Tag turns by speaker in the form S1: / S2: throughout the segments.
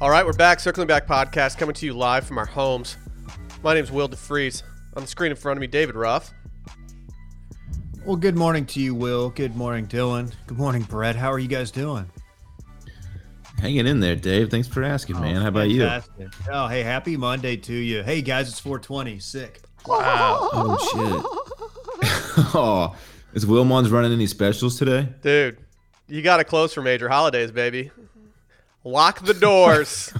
S1: All right, we're back. Circling Back podcast coming to you live from our homes. My name's Will DeFries. On the screen in front of me, David Ruff.
S2: Well, good morning to you, Will. Good morning, Dylan. Good morning, Brett. How are you guys doing?
S3: Hanging in there, Dave. Thanks for asking, man. How about
S2: you? Oh, hey, happy Monday to you. Hey, guys, it's 420. Sick.
S3: you? Oh shit. oh, is Wilmon's running any specials today?
S1: Dude, you got to close for major holidays, baby. Lock the doors.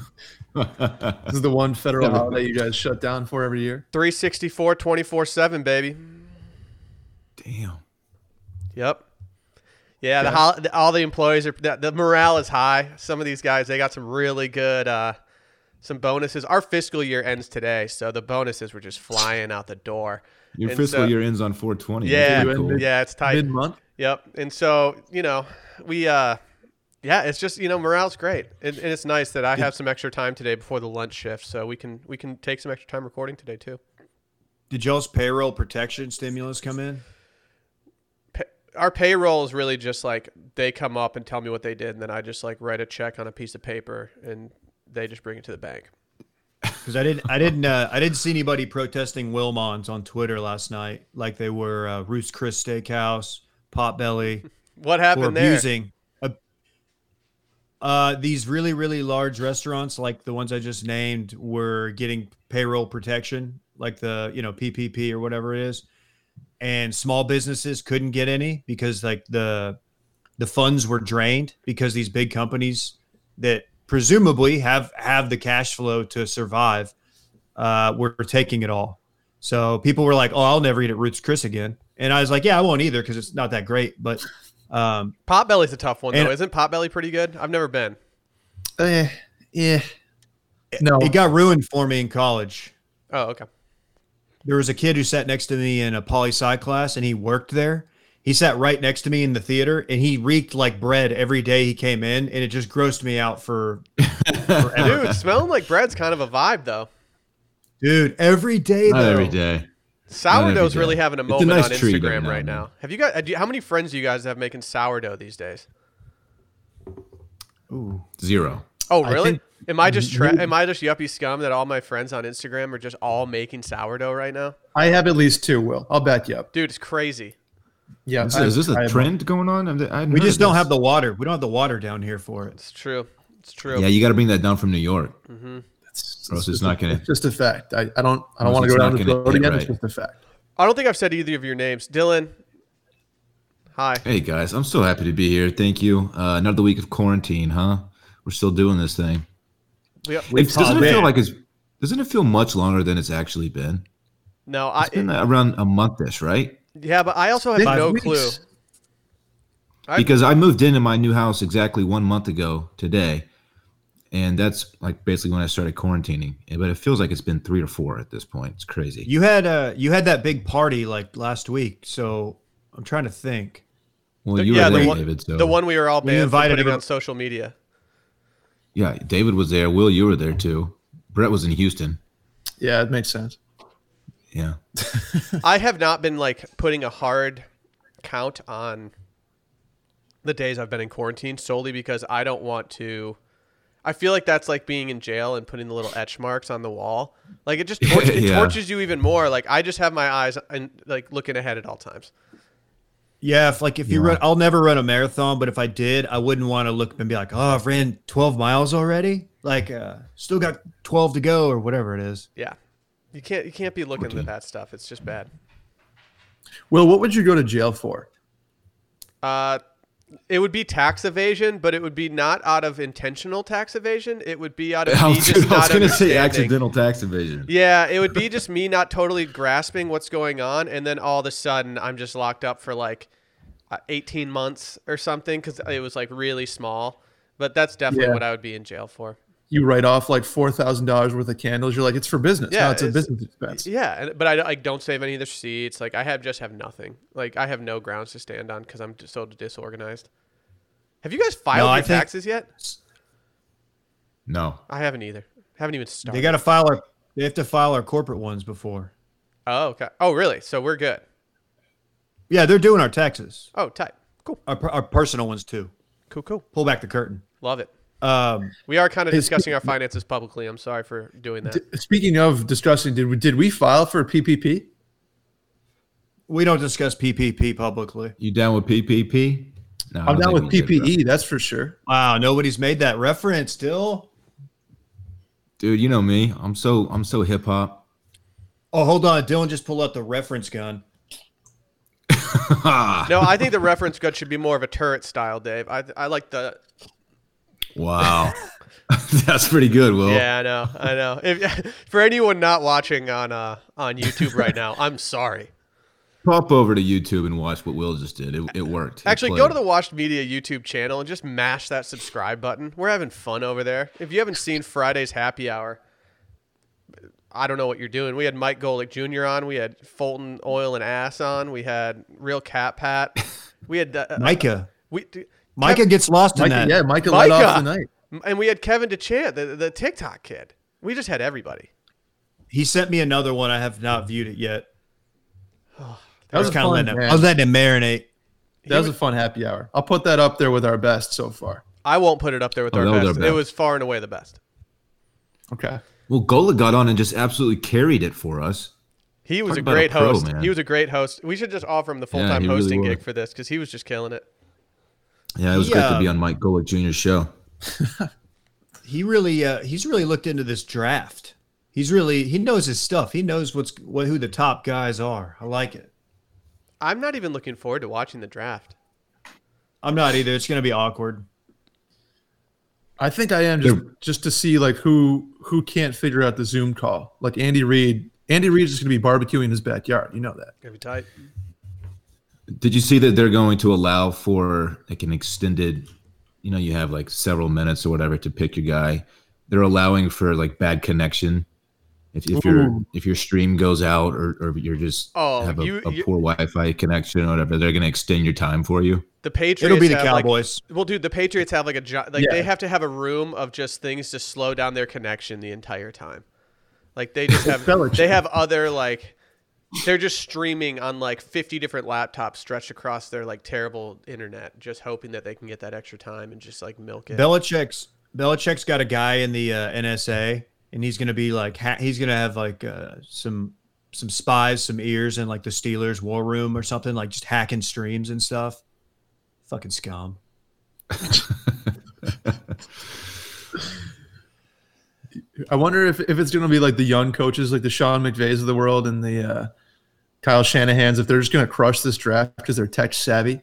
S4: This is the one federal holiday you guys shut down for every year.
S1: 364 24 7, baby.
S3: Damn.
S1: Yep. Yeah, the hol- the, all the employees are the, the morale is high. Some of these guys they got some really good uh, some bonuses. Our fiscal year ends today, so the bonuses were just flying out the door.
S3: Your
S1: And
S3: fiscal
S1: so-
S3: year ends on 420.
S1: Yeah,
S3: That's pretty cool.
S1: yeah, it's tight.
S4: Mid month.
S1: Yep. And so, you know, we, uh, yeah, it's just, you know, morale's great. And, and it's nice that I have some extra time today before the lunch shift. So we can, we can take some extra time recording today too.
S2: Did y'all's payroll protection stimulus come in?
S1: Pa- our payroll is really just like they come up and tell me what they did. And then I just like write a check on a piece of paper and they just bring it to the bank.
S2: Because I didn't, I didn't, uh, I didn't see anybody protesting Wilmons on Twitter last night, like they were uh, Roost Chris Steakhouse, Potbelly,
S1: What
S2: or
S1: happened there?
S2: abusing uh, uh, these really, really large restaurants, like the ones I just named, were getting payroll protection, like the you know PPP or whatever it is, and small businesses couldn't get any because like the the funds were drained because these big companies that presumably have have the cash flow to survive uh, were taking it all. So people were like, "Oh, I'll never eat at Roots Chris again," and I was like, "Yeah, I won't either because it's not that great." But um,
S1: Potbelly's a tough one
S2: And-
S1: though. Isn't Potbelly pretty good? I've never been.
S4: Eh, yeah. No.
S3: Oh.
S2: It got ruined for me in college.
S1: Oh, okay.
S2: There was a kid who sat next to me in a poli sci class and he worked there. He sat right next to me in the theater and he reeked like bread every day he came in and it just grossed me out for forever.
S1: Dude, smelling like bread's kind of a vibe though.
S2: Dude, every day
S3: Not
S2: though.
S3: every day.
S1: Sourdough's
S3: Not every
S1: really
S3: day.
S1: having a
S3: It's a
S1: moment
S3: nice
S1: on
S3: treat every
S1: Instagram
S3: now
S1: right
S3: and then.
S1: now. Have you guys? Do you- how many friends do you guys have making sourdough these days?
S2: Ooh.
S3: Zero.
S1: Oh, really?
S4: think-
S1: am I just tra- am I just yuppie scum that all my friends on Instagram are just all making sourdough right now?
S4: I have at least two. Will I'll back you up.
S1: Dude, it's crazy.
S4: Yeah.
S3: Is,
S4: I-
S3: is this a
S4: I-
S3: trend going on? I've- I hadn't
S2: We
S3: heard
S2: just
S3: of
S2: don't
S3: this.
S2: have the water. We don't have the water down here for it.
S1: It's true. It's true.
S3: Yeah, you got to bring that down from New York.
S4: It's,
S3: Or else it's
S4: just
S3: not
S4: a-
S3: gonna-
S4: it's Just a fact. I, I don't. I don't
S3: Or else
S4: want to
S3: it's
S4: go
S3: not
S4: down this
S3: gonna
S4: road
S3: hit
S4: again. It's
S3: right.
S4: just a fact.
S1: I don't think I've said either of your names, Dylan. Hi.
S3: Hey guys, I'm so happy to be here. Thank you. Uh, another week of quarantine, huh? We're still doing this thing.
S1: We-
S3: It, doesn't
S2: popped
S3: it feel
S2: in.
S3: like it's? Doesn't it feel much longer than it's actually been?
S1: no, I.
S3: It's been around a monthish, right?
S1: yeah, but I also have
S4: Five
S1: no
S4: weeks.
S1: clue. I-
S3: because I moved into my new house exactly one month ago today, and that's like basically when I started quarantining. And- But it feels like it's been three or four at this point. It's crazy.
S2: You had uh you had that big party like last week, so I'm trying to think.
S3: well, you
S1: yeah, the
S3: were there,
S1: one,
S3: David. So
S1: the one we were all banned
S2: invited
S1: from putting on
S2: everyone-
S1: social media.
S3: yeah, David was there. Will, you were there too. Brett was in Houston.
S4: Yeah, it makes sense.
S3: Yeah,
S1: I have not been like putting a hard count on the days I've been in quarantine solely because I don't want to. I feel like that's like being in jail and putting the little etch marks on the wall. Like it just tortures, it
S3: Yeah.
S1: tortures you even more. Like I just have my eyes and like looking ahead at all times.
S2: Yeah, if like if you
S3: Yeah.
S2: run, I'll never run a marathon, but if I did, I wouldn't want to look and be like, oh, I've ran 12 miles already. Like, uh, still got 12 to go or whatever it is.
S1: Yeah, you can't you can't be looking at that stuff. It's just bad.
S4: Will, what would you go to jail for?
S1: Uh, it would be tax evasion, but it would be not out of intentional tax evasion. It would be out of
S3: I
S1: me
S3: was,
S1: just
S3: I was
S1: not
S3: gonna
S1: understanding.
S3: say accidental tax evasion.
S1: Yeah, it would be just me not totally grasping what's going on, and then all of a sudden I'm just locked up for like uh, 18 months or something because it was like really small. But that's definitely
S4: Yeah.
S1: what I would be in jail for.
S4: You write off like four thousand dollars worth of candles. You're like, it's for business.
S1: Yeah,
S4: no, it's,
S1: it's-
S4: a business expense.
S1: Yeah, and, but I, don't- I don't save any of the receipts. Like I have just have nothing. Like I have no grounds to stand on because I'm just so disorganized. Have you guys filed
S2: No, I
S1: your
S2: think-
S1: taxes yet?
S3: No,
S1: I haven't either. Haven't even started.
S2: They got to file our, they have to file our corporate ones before.
S1: oh, okay. Oh, really? So we're good.
S2: Yeah, they're doing our taxes,
S1: Oh, tight. Cool.
S2: our, per- our personal ones too.
S1: Cool. Cool.
S2: Pull back the curtain.
S1: Love it.
S2: Um,
S1: We are kind of
S4: Hey,
S1: discussing our finances publicly. I'm sorry for doing that.
S4: D- speaking of discussing, did we did we file for PPP?
S2: we don't discuss PPP publicly.
S3: You down with PPP? No, I
S4: I'm
S3: don't
S4: down
S3: think
S4: with E.
S3: we did, bro.
S4: PPE, that's for sure.
S2: Wow, nobody's made that reference still.
S3: dude. You know me. I'm so I'm so hip hop.
S2: Oh, hold on. Dylan just pulled out the reference gun.
S1: No, I think the reference gun should be more of a turret style, Dave. I I like the
S3: Wow, that's pretty good, Will.
S1: yeah. I know, I know. If for anyone not watching on uh on YouTube right now, I'm sorry.
S3: Pop over to YouTube and watch what Will just did. It, it worked. It
S1: Actually, go
S3: played.
S1: to the Washed Media YouTube channel and just mash that subscribe button. We're having fun over there. If you haven't seen Friday's Happy Hour, I don't know what you're doing. We had Mike Golick Jr. on. We had Fulton Oil and Ass on. We had Real Cat Pat. We had uh, uh,
S2: Micah.
S1: we d-
S2: Micah gets lost in
S4: Micah,
S2: that.
S4: yeah, Micah light off
S1: Micah.
S4: the night.
S1: and we had Kevin DeChant, the, the TikTok kid. We just had everybody.
S2: He sent me another one. I have not viewed it yet.
S4: That was, a
S2: kind of
S4: fun.
S2: letting him,
S4: man.
S2: I was letting him marinate.
S4: that was a fun happy hour. I'll put that up there with our best so far.
S1: I won't put it up there with
S3: Oh, that
S1: our
S3: was our
S1: best. It
S3: best.
S1: was far and away the best.
S4: Okay.
S3: Well, Gola got on and just absolutely carried it for us.
S1: He was
S3: Talk
S1: a
S3: about a
S1: great
S3: pro,
S1: host.
S3: man.
S1: He was a great host. We should just offer him the full time
S3: he really
S1: hosting
S3: was.
S1: gig for this because he was just killing it.
S3: Yeah, it was great
S2: Yeah.
S3: to be on Mike Golick Jr.'s show.
S2: He really, uh, he's really looked into this draft. He's really, he knows his stuff. He knows what's what, who the top guys are. I like it.
S1: I'm not even looking forward to watching the draft.
S2: I'm not either. It's going to be awkward.
S4: I think I am just
S3: They're-
S4: just to see like who who can't figure out the Zoom call. Like Andy Reid. Andy Reid's just gonna be barbecuing in his backyard. You know that.
S1: Gonna be tight.
S3: Did you see that they're going to allow for like an extended, you know, you have like several minutes or whatever to pick your guy. They're allowing for like bad connection. If, if your
S4: Ooh.
S3: if your stream goes out or, or you're just
S1: Oh,
S3: have a,
S1: you-
S3: a
S1: you-
S3: poor Wi-Fi connection or whatever, they're going to extend your time for you.
S1: The Patriots.
S2: It'll be the
S1: have, like-
S2: Cowboys.
S1: well, dude, the Patriots have like a jo- like
S4: Yeah.
S1: they have to have a room of just things to slow down their connection the entire time. Like they just have
S4: Belichick.
S1: they have other like they're just streaming on like 50 different laptops stretched across their like terrible internet, just hoping that they can get that extra time and just like milk it.
S2: Belichick's Belichick's got a guy in the uh, NSA, and he's gonna be like ha- he's gonna have like uh, some some spies, some ears, in like the Steelers war room or something, like just hacking streams and stuff. Fucking scum.
S4: I wonder if, if it's gonna be like the young coaches, like the Sean McVays of the world and the uh, Kyle Shanahan's, if they're just gonna crush this draft because they're tech savvy.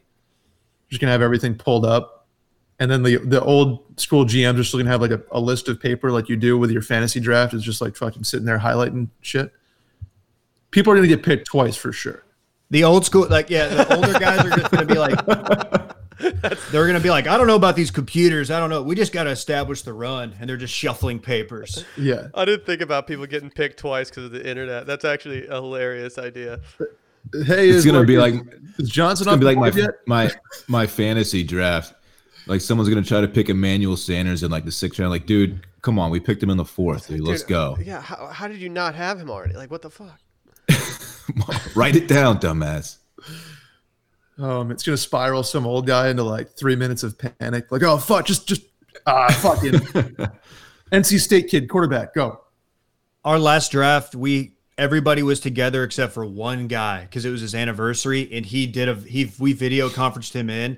S4: Just gonna have everything pulled up. And then the the old school GMs are still gonna have like a, a list of paper like you do with your fantasy draft. It's just like fucking sitting there highlighting shit. People are gonna get picked twice for sure.
S2: The old school, like yeah, the older guys are just gonna be like, they're gonna be like, I don't know about these computers. I don't know. We just gotta establish the run, and they're just shuffling papers.
S4: Yeah.
S1: I didn't think about people getting picked twice because of the internet. That's actually a hilarious idea.
S4: Hey,
S3: It's
S4: is
S3: gonna be
S4: is-
S3: like-
S4: is Johnson
S3: It's gonna
S4: on
S3: be like my
S4: yet?
S3: my my fantasy draft. Like someone's gonna try to pick Emmanuel Sanders in like the sixth round. Like, dude, come on, we picked him in the fourth. Dude, let's
S1: Dude,
S3: go.
S1: Yeah, how, how did you not have him already? Like, what the fuck?
S3: Write it down, dumbass.
S4: Um, it's gonna spiral some old guy into like three minutes of panic. Like, oh fuck, just just ah fucking NC State kid quarterback, go.
S2: our last draft we everybody was together except for one guy because it was his anniversary and he did a he we video conferenced him in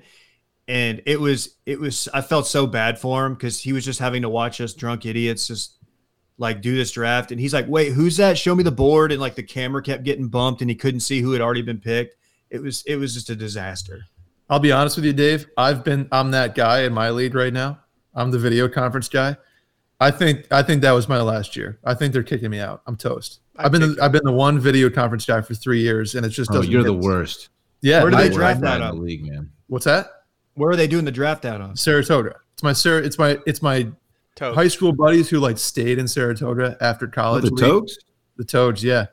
S2: and it was it was i felt so bad for him because he was just having to watch us drunk idiots just like do this draft and he's like wait who's that show me the board and like the camera kept getting bumped and he couldn't see who had already been picked it was it was just a disaster
S4: I'll be honest with you, Dave. I've been I'm that guy in my league right now. I'm the video conference guy. I think I think that was my last year. I think they're kicking me out. I'm toast. I've been the, I've been the one video conference guy for three years, and it just
S3: Oh,
S4: doesn't.
S3: you're the
S4: hit.
S3: worst.
S4: Yeah.
S2: Where do
S4: I-
S2: they
S3: I'm
S2: draft
S3: not
S2: that
S3: in
S2: up?
S3: the league, man?
S4: what's that?
S2: where are they doing the draft out on
S4: Saratoga. It's my Sar- It's my it's my
S1: Toad.
S4: high school buddies who like stayed in Saratoga after
S3: Oh,
S4: college.
S3: the
S4: league.
S3: toads?
S4: the Toads, yeah.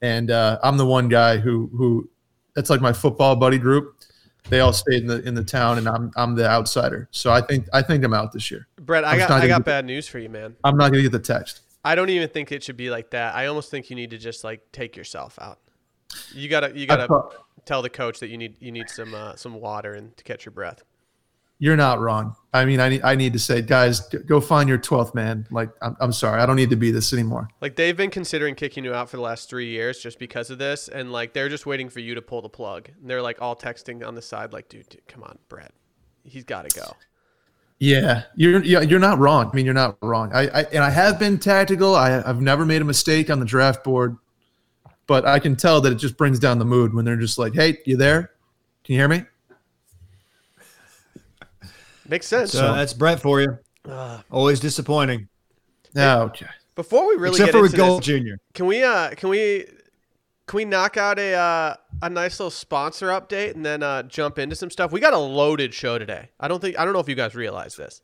S4: And uh, I'm the one guy who who that's like my football buddy group. They all stayed in the in the town, and I'm I'm the outsider. So I think I think I'm out this year.
S1: Brett, I
S4: I'm
S1: got
S4: not
S1: I
S4: gonna
S1: got
S4: do-
S1: bad news for you, man.
S4: I'm not gonna get the text.
S1: I don't even think it should be like that. I almost think you need to just like take yourself out. You gotta you
S4: I
S1: gotta
S4: pro-
S1: tell the coach that you need you need some uh, some water and to catch your breath.
S4: you're not wrong. I mean, I need, I need to say, guys, g- go find your 12th man. Like, I'm, I'm sorry. I don't need to be this anymore.
S1: Like they've been considering kicking you out for the last three years just because of this, and like they're just waiting for you to pull the plug. And they're like all texting on the side, like, dude, dude come on, Brett, he's got to go.
S4: Yeah, you're yeah, you're not wrong. I mean, you're not wrong. I, I and I have been tactical. I I've never made a mistake on the draft board, but I can tell that it just brings down the mood when they're just like, "Hey, you there? Can you hear me?"
S1: Makes sense.
S2: So
S4: uh,
S2: that's Brett for you.
S1: Uh,
S2: Always disappointing,
S4: Yeah. okay.
S1: Before we really
S2: except
S1: get
S2: for with
S1: into
S2: Gold
S1: this,
S2: Junior.
S1: can we uh can we can we knock out a uh, a nice little sponsor update and then uh, jump into some stuff? We got a loaded show today. I don't think I don't know if you guys realize this.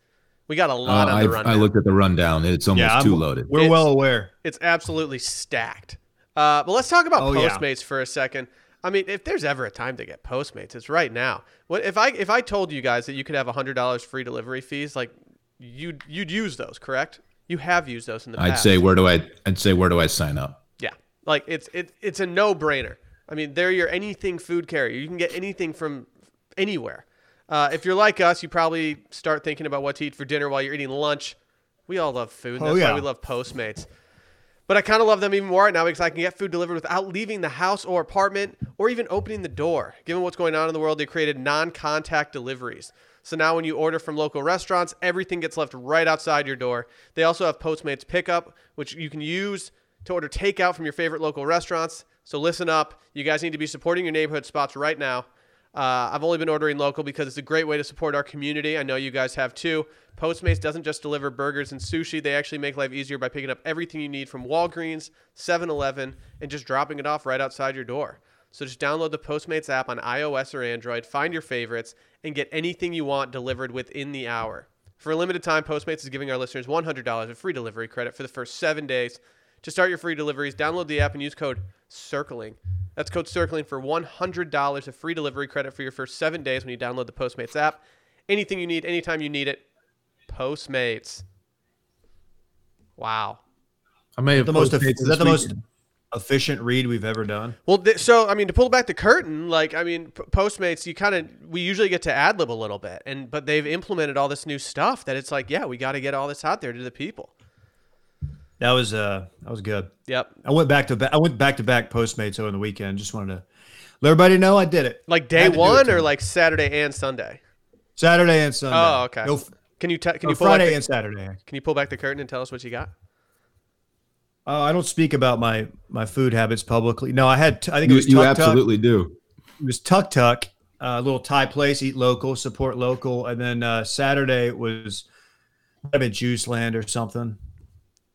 S1: We got a
S3: Uh,
S1: lot on the
S3: I've-
S1: run.
S3: I looked at the rundown. It's almost
S2: I'm-
S3: too loaded.
S2: We're
S1: It's-
S2: well aware.
S1: It's absolutely stacked. Uh, but let's talk about
S2: Oh, yeah.
S1: Postmates for a second. I mean, if there's ever a time to get Postmates, it's right now. What if I if I told you guys that you could have hundred dollars free delivery fees? Like you'd you'd use those, correct? You have used those in the
S3: I'd
S1: past.
S3: say where do I? I'd say where do I sign up?
S1: Yeah, like it's it, it's a no brainer. I mean, they're your anything food carrier. You can get anything from anywhere. Uh, if you're like us, you probably start thinking about what to eat for dinner while you're eating lunch. We all love food. and
S2: Oh,
S1: That's
S2: yeah.
S1: why we love Postmates. But I kind of love them even more right now because I can get food delivered without leaving the house or apartment or even opening the door. Given what's going on in the world, they created non contact deliveries. So now when you order from local restaurants, everything gets left right outside your door. They also have Postmates pickup, which you can use to order takeout from your favorite local restaurants. So listen up. You guys need to be supporting your neighborhood spots right now. Uh, I've only been ordering local because it's a great way to support our community. I know you guys have too. Postmates doesn't just deliver burgers and sushi, they actually make life easier by picking up everything you need from Walgreens, 7 Eleven, and just dropping it off right outside your door. So just download the Postmates app on iOS or Android, find your favorites, and get anything you want delivered within the hour. For a limited time, Postmates is giving our listeners $100 of free delivery credit for the first seven days. To start your free deliveries, download the app and use code CIRCLING. That's code CIRCLING for $100 of free delivery credit for your first seven days when you download the Postmates app. Anything you need, anytime you need it, Postmates. Wow.
S4: I may have
S2: The most
S4: Postmates
S2: is that
S4: this
S2: the most
S4: weekend.
S2: efficient read we've ever done.
S1: Well, th- so I mean, to pull back the curtain, like I mean, P- Postmates, you kind of we usually get to ad lib a little bit, and but they've implemented all this new stuff that it's like, yeah, we got to get all this out there to the people.
S2: That was uh that was good.
S1: Yep.
S2: I went back to back. I went back to back Postmates over the weekend. Just wanted to let everybody know I did it.
S1: Like day
S2: Had to do
S1: one
S2: it
S1: or
S2: too.
S1: like Saturday and Sunday.
S2: Saturday and Sunday.
S1: Oh, okay.
S2: No, f-
S1: Can you te- can
S2: no,
S1: you pull back
S2: Friday
S1: the,
S2: and Saturday.
S1: can you pull back the curtain and tell us what you got?
S2: Oh, I don't speak about my my food habits publicly. No, I had. T- I think it
S3: You,
S2: was
S3: you
S2: tuck
S3: absolutely do.
S2: tuck. It was tuck tuck. A little Thai place. Eat local. Support local. And then uh, Saturday was might have been Juice Land or something.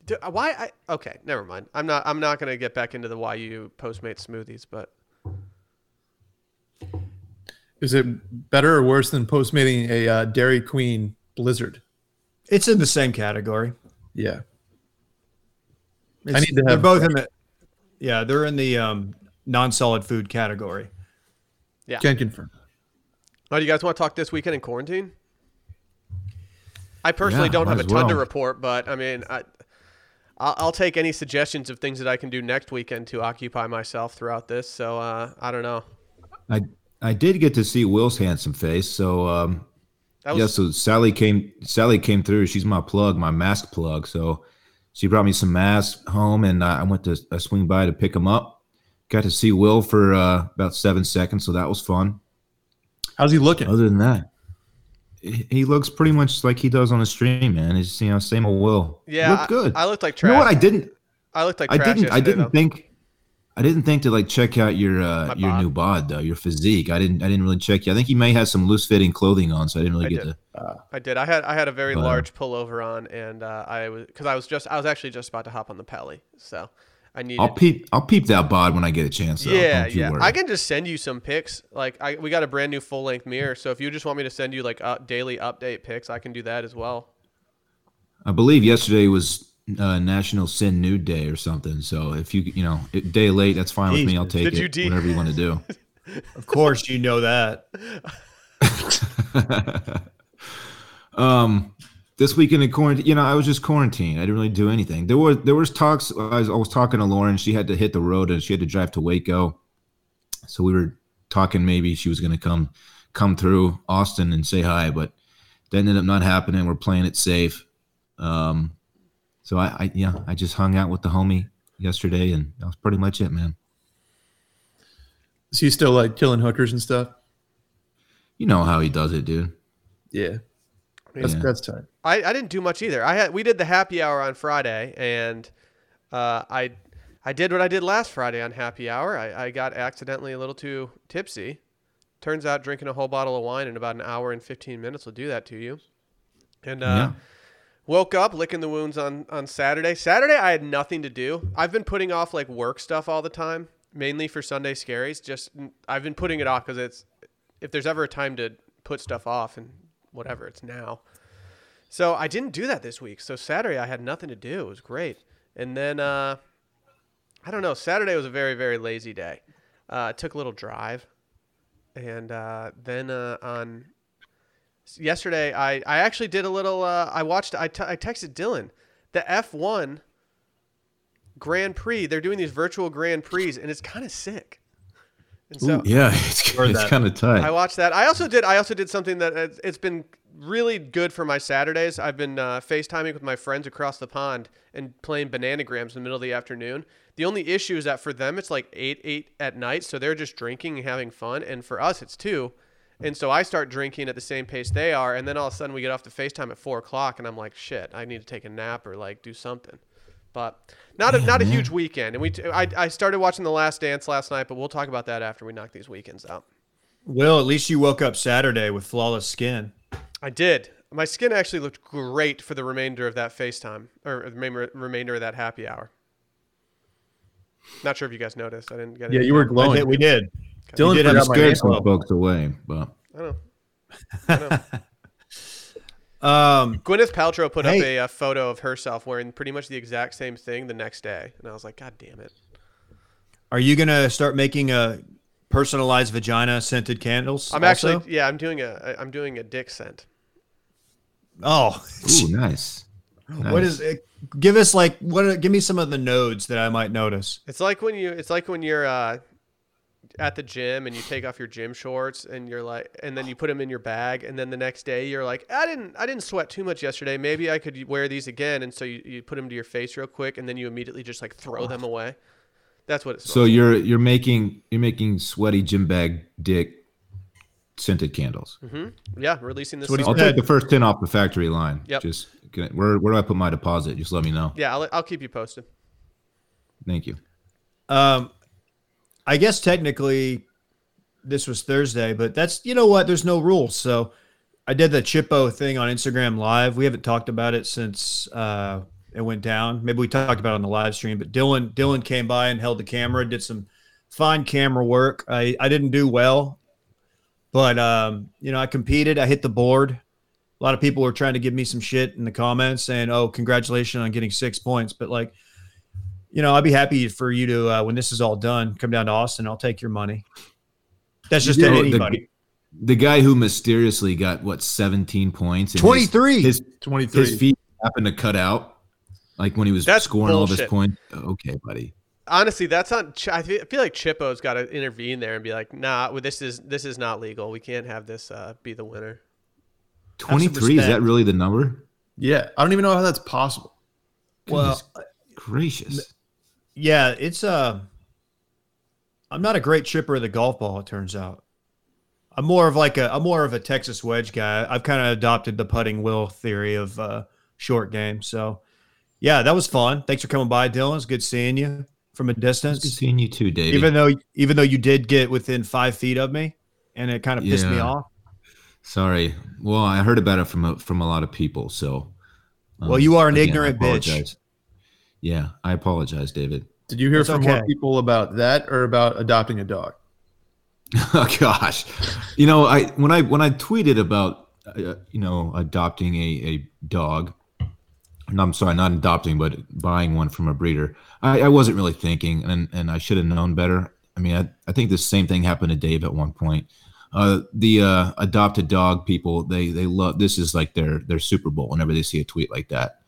S1: Do, uh, why? I okay, never mind. I'm not I'm not gonna get back into the why you Postmates smoothies, but
S4: Is it better or worse than postmating a uh, Dairy Queen Blizzard?
S2: It's in the same category.
S4: Yeah.
S2: It's,
S4: need to
S2: They're
S4: have-
S2: both in the. Yeah, they're in the um, non-solid food category.
S4: Can confirm.
S1: oh, do you guys want to talk this weekend in quarantine? I personally
S3: Yeah,
S1: don't
S3: might
S1: have a
S3: as
S1: ton to
S3: well.
S1: report, but I mean, I I'll, I'll take any suggestions of things that I can do next weekend to occupy myself throughout this. So uh, I don't know.
S3: I I did get to see Will's handsome face. So um,
S1: That
S3: yeah,
S1: was
S3: so Sally came Sally came through. She's my plug, my mask plug. So she brought me some masks home, and I I went to I swing by to pick them up. Got to see Will for uh, about seven seconds, so that was fun.
S4: How's he looking?
S3: Other than that, he he looks pretty much like he does on the stream, man. He's you know same old Will.
S1: yeah.
S3: looked
S1: I-
S3: good.
S1: I, looked like
S3: you
S1: trash.
S3: know what? I didn't.
S1: I, looked like
S3: I
S1: trash.
S3: didn't. I
S1: yesterday,
S3: didn't
S1: though.
S3: think. I didn't think to like check out your
S1: My
S3: uh, your
S1: bod.
S3: new bod though, your physique. I didn't. I didn't really check you. I think you may have some loose fitting clothing on, so I didn't really
S1: I
S3: get
S1: did.
S3: to.
S1: I did. I had I had a very
S3: Wow.
S1: large pullover on, and uh, I was because I was just I was actually just about to hop on the Pally, so I needed.
S3: I'll peep. I'll peep that bod when I get a chance. Though.
S1: yeah,
S3: Don't you
S1: yeah.
S3: worry.
S1: I can just send you some pics. Like I, we got a brand new full length mirror, so if you just want me to send you like uh, daily update pics, I can do that as well.
S3: I believe yesterday was uh, National Sin Nude Day or something. So if you you know a day late, that's fine with me. I'll take
S1: Did
S3: it.
S1: you de-
S3: whatever you want to do.
S2: Of course, you know that.
S3: um, this weekend in quarantine, you know, I was just quarantined. I didn't really do anything. There was there was talks. I was, I was talking to Lauren. She had to hit the road and she had to drive to Waco. So we were talking. Maybe she was going to come come through Austin and say hi, but That ended up not happening. We're playing it safe. Um, so I, I yeah, I just hung out with the homie yesterday, and that was pretty much it, man.
S4: Is he still like killing hookers and stuff?
S3: You know how he does it, dude.
S4: Yeah. That's
S3: Yeah.
S4: that's tight.
S1: I, I didn't do much either. I had we did the happy hour on Friday, and uh, I I did what I did last Friday on happy hour. I, I got accidentally a little too tipsy. Turns out drinking a whole bottle of wine in about an hour and fifteen minutes will do that to you. And uh,
S3: Yeah.
S1: woke up licking the wounds on on Saturday. Saturday I had nothing to do. I've been putting off like work stuff all the time, mainly for Sunday scaries. Just I've been putting it off because it's if there's ever a time to put stuff off and whatever, it's now. So I didn't do that this week. So Saturday I had nothing to do. It was great. And then uh, I don't know. Saturday was a very very lazy day. Uh, I took a little drive, and uh, then uh, on yesterday I, I actually did a little uh, I watched I, t- I texted Dylan the F1 Grand Prix they're doing these virtual Grand Prix and it's kind of sick and so
S3: Yeah, it's,
S2: Heard
S3: it's
S2: that.
S3: kind of tight.
S1: I watched that I also did I also did something that it's- it's been really good for my Saturdays I've been uh, FaceTiming with my friends across the pond and playing bananagrams in the middle of the afternoon the only issue is that for them it's like 8 8 at night so they're just drinking and having fun and for us it's 2 and so I start drinking at the same pace they are, and then all of a sudden we get off the FaceTime at four o'clock, and I'm like, shit, I need to take a nap or like do something. But not a, not a huge weekend. And we t- I, I started watching The Last Dance last night, but we'll talk about that after we knock these weekends out.
S2: Will, at least you woke up Saturday with flawless skin.
S1: I did. My skin actually looked great for the remainder of that FaceTime or the remainder- remainder of that happy hour. Not sure if you guys noticed. I didn't get
S4: Yeah,
S1: any-
S4: you were
S2: I
S4: glowing.
S2: did, we did.
S4: Dylan
S2: did have
S3: I
S4: forgot my name.
S3: scared some folks away, but
S1: I don't know.
S2: Um,
S1: Gwyneth Paltrow put up
S2: Hey.
S1: a, uh photo of herself wearing pretty much the exact same thing the next day, and I was like, God damn it!
S2: are you gonna start making a personalized vagina scented candles?
S1: I'm
S2: also?
S1: actually yeah, I'm doing a I'm doing a dick scent.
S2: Oh,
S3: ooh, nice.
S2: what is it? Give us like what? Give me some of the nodes that I might notice.
S1: It's like when you it's like when you're uh, at the gym and you take off your gym shorts and you're like and then you put them in your bag and then the next day you're like I didn't I didn't sweat too much yesterday maybe I could wear these again and so you, you put them to your face real quick and then you immediately just like throw them away. That's what it's
S3: So you're you're making you're making sweaty gym bag dick scented candles.
S1: yeah releasing this.
S2: what he's-
S1: summer.
S3: I'll take the first ten off the factory line.
S1: Yep.
S3: Just can I, where where do I put my deposit? Just let me know.
S1: Yeah, I'll, I'll keep you posted.
S3: Thank you.
S2: Um, I guess technically this was Thursday, but that's you know what? There's no rules. So I did the Chippo thing on Instagram Live. We haven't talked about it since uh, it went down. Maybe we talked about it on the live stream, but Dylan Dylan came by and held the camera, did some fine camera work. I I didn't do well, but um, you know I competed. I hit the board. A lot of people were trying to give me some shit in the comments saying, "Oh, congratulations on getting six points," but like you know, I'd be happy for you to uh, when this is all done, come down to Austin. I'll take your money. That's just
S3: You
S2: to
S3: know, the-
S2: anybody.
S3: The guy who mysteriously got what 17 points. and his-
S2: 23.
S3: His
S4: 23.
S3: his feet happened to cut out, like when he was
S1: That's
S3: scoring all
S1: bullshit.
S3: of his points. Okay, buddy.
S1: Honestly, that's on. Ch- I fe- I feel like Chippo's got to intervene there and be like, "Nah, well, this is this is not legal. We can't have this uh, be the winner."
S3: 23 is that
S2: respect.
S3: really the number?
S4: Yeah. I don't even know how that's possible.
S2: Well, uh,
S3: Goodness gracious.
S2: yeah, it's uh I'm not a great chipper of the golf ball, it turns out. I'm more of like a I'm more of a Texas wedge guy. I've kind of adopted the putting will theory of uh short game. So yeah, that was fun. Thanks for coming by, Dylan. It's good seeing you from a
S3: It's good
S2: distance.
S3: seeing you too, David.
S2: Even though even though you did get within five feet of me and it kind of pissed me
S3: Yeah.
S2: off.
S3: Sorry. Well, I heard about it from a, from a lot of people. So, um,
S2: Well, you are an
S3: I
S2: ignorant bitch.
S3: apologize. Yeah, I apologize, David.
S4: Did you hear
S2: That's
S4: from
S2: okay.
S4: more people about that or about adopting a dog?
S3: oh gosh, you know, I when I when I tweeted about uh, you know adopting a a dog, and I'm sorry, not adopting, but buying one from a breeder, I, I wasn't really thinking, and and I should have known better. I mean, I, I think the same thing happened to Dave at one point. Uh, the uh, adopted dog people, they they love this is like their their Super Bowl whenever they see a tweet like that.